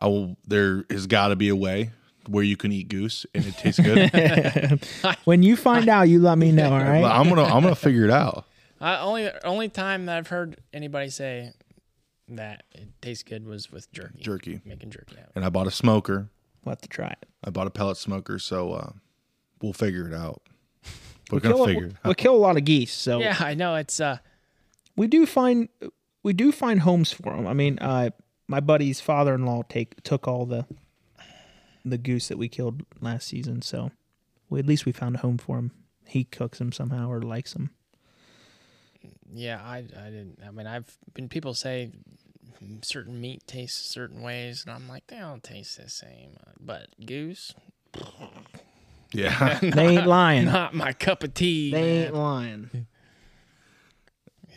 [SPEAKER 1] I will. There has got to be a way where you can eat goose and it tastes good.
[SPEAKER 3] When you find out, you let me know, all
[SPEAKER 1] Well,
[SPEAKER 3] right?
[SPEAKER 1] I'm gonna I'm gonna figure it out.
[SPEAKER 2] I only only time that I've heard anybody say that it tastes good was with jerky.
[SPEAKER 1] Jerky,
[SPEAKER 2] Making jerky out.
[SPEAKER 1] and I bought a smoker.
[SPEAKER 3] We'll have to try it.
[SPEAKER 1] I bought a pellet smoker, so uh, we'll figure it out. We're
[SPEAKER 3] Kill
[SPEAKER 1] gonna
[SPEAKER 3] a-
[SPEAKER 1] figure it
[SPEAKER 3] we'll
[SPEAKER 1] out.
[SPEAKER 3] kill a lot of geese, so
[SPEAKER 2] Yeah, I know it's uh
[SPEAKER 3] we do find we do find homes for them. I mean, uh, my buddy's father-in-law take took all the the goose that we killed last season, so we, at least we found a home for him he cooks them somehow or likes them.
[SPEAKER 2] Yeah, I, I didn't. I mean, I've been people say certain meat tastes certain ways, and I'm like, they all taste the same. uh, But goose,
[SPEAKER 1] Yeah.
[SPEAKER 3] They ain't lying.
[SPEAKER 2] not my cup of tea.
[SPEAKER 3] They ain't
[SPEAKER 2] man.
[SPEAKER 3] lying.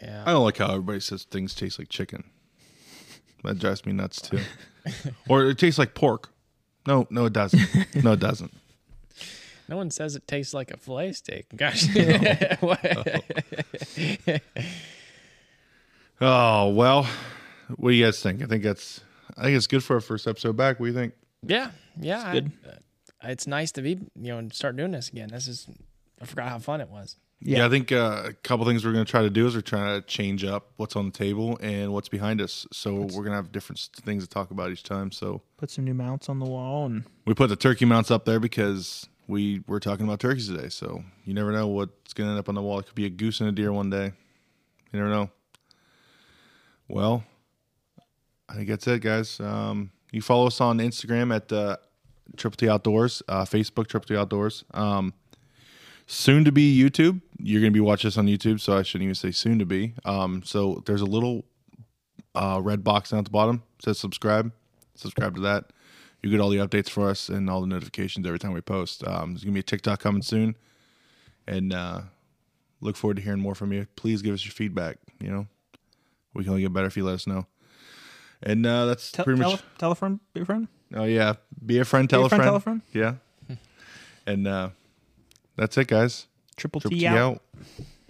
[SPEAKER 2] yeah,
[SPEAKER 1] I don't like how everybody says things taste like chicken. That drives me nuts too. or it tastes like pork. No, no, it doesn't. No, it doesn't.
[SPEAKER 2] no one says it tastes like a fillet steak. Gosh,
[SPEAKER 1] Oh well, what do you guys think? I think that's. I think it's good for our first episode back. What do you think?
[SPEAKER 2] yeah, yeah. I-
[SPEAKER 3] good.
[SPEAKER 2] uh, it's nice to be, you know, and start doing this again. This is, I forgot how fun it was.
[SPEAKER 1] Yeah,
[SPEAKER 3] Yeah.
[SPEAKER 1] I think uh, a couple things we're going to try to do is we're trying to change up what's on the table and what's behind us. So we're going to have different s- things to talk about each time. So
[SPEAKER 3] Put some new mounts on the wall and
[SPEAKER 1] we put the turkey mounts up there because we were talking about turkeys today. So you never know what's going to end up on the wall. It could be a goose and a deer one day. You never know. Well, I think that's it, guys. Um, you follow us on Instagram at uh, Triple T Outdoors, uh, Facebook Triple T Outdoors. Um, soon to be YouTube. You're going to be watching this on YouTube, so I shouldn't even say soon to be. Um, so there's a little uh, red box down at the bottom It says subscribe. Subscribe to that. You get all the updates for us and all the notifications every time we post. Um, there's going to be a TikTok coming soon, and uh, look forward to hearing more from you. Please give us your feedback. You know, we can only get better if you let us know. And uh, that's
[SPEAKER 3] tell
[SPEAKER 1] pretty
[SPEAKER 3] tell,
[SPEAKER 1] much.
[SPEAKER 3] tell a friend, be a friend.
[SPEAKER 1] Oh yeah, be a friend, tell
[SPEAKER 3] Be
[SPEAKER 1] a friend,
[SPEAKER 3] tell a friend.
[SPEAKER 1] Yeah, and uh, that's it, guys.
[SPEAKER 3] Triple,
[SPEAKER 1] Triple
[SPEAKER 3] T,
[SPEAKER 1] T
[SPEAKER 3] out.
[SPEAKER 1] out.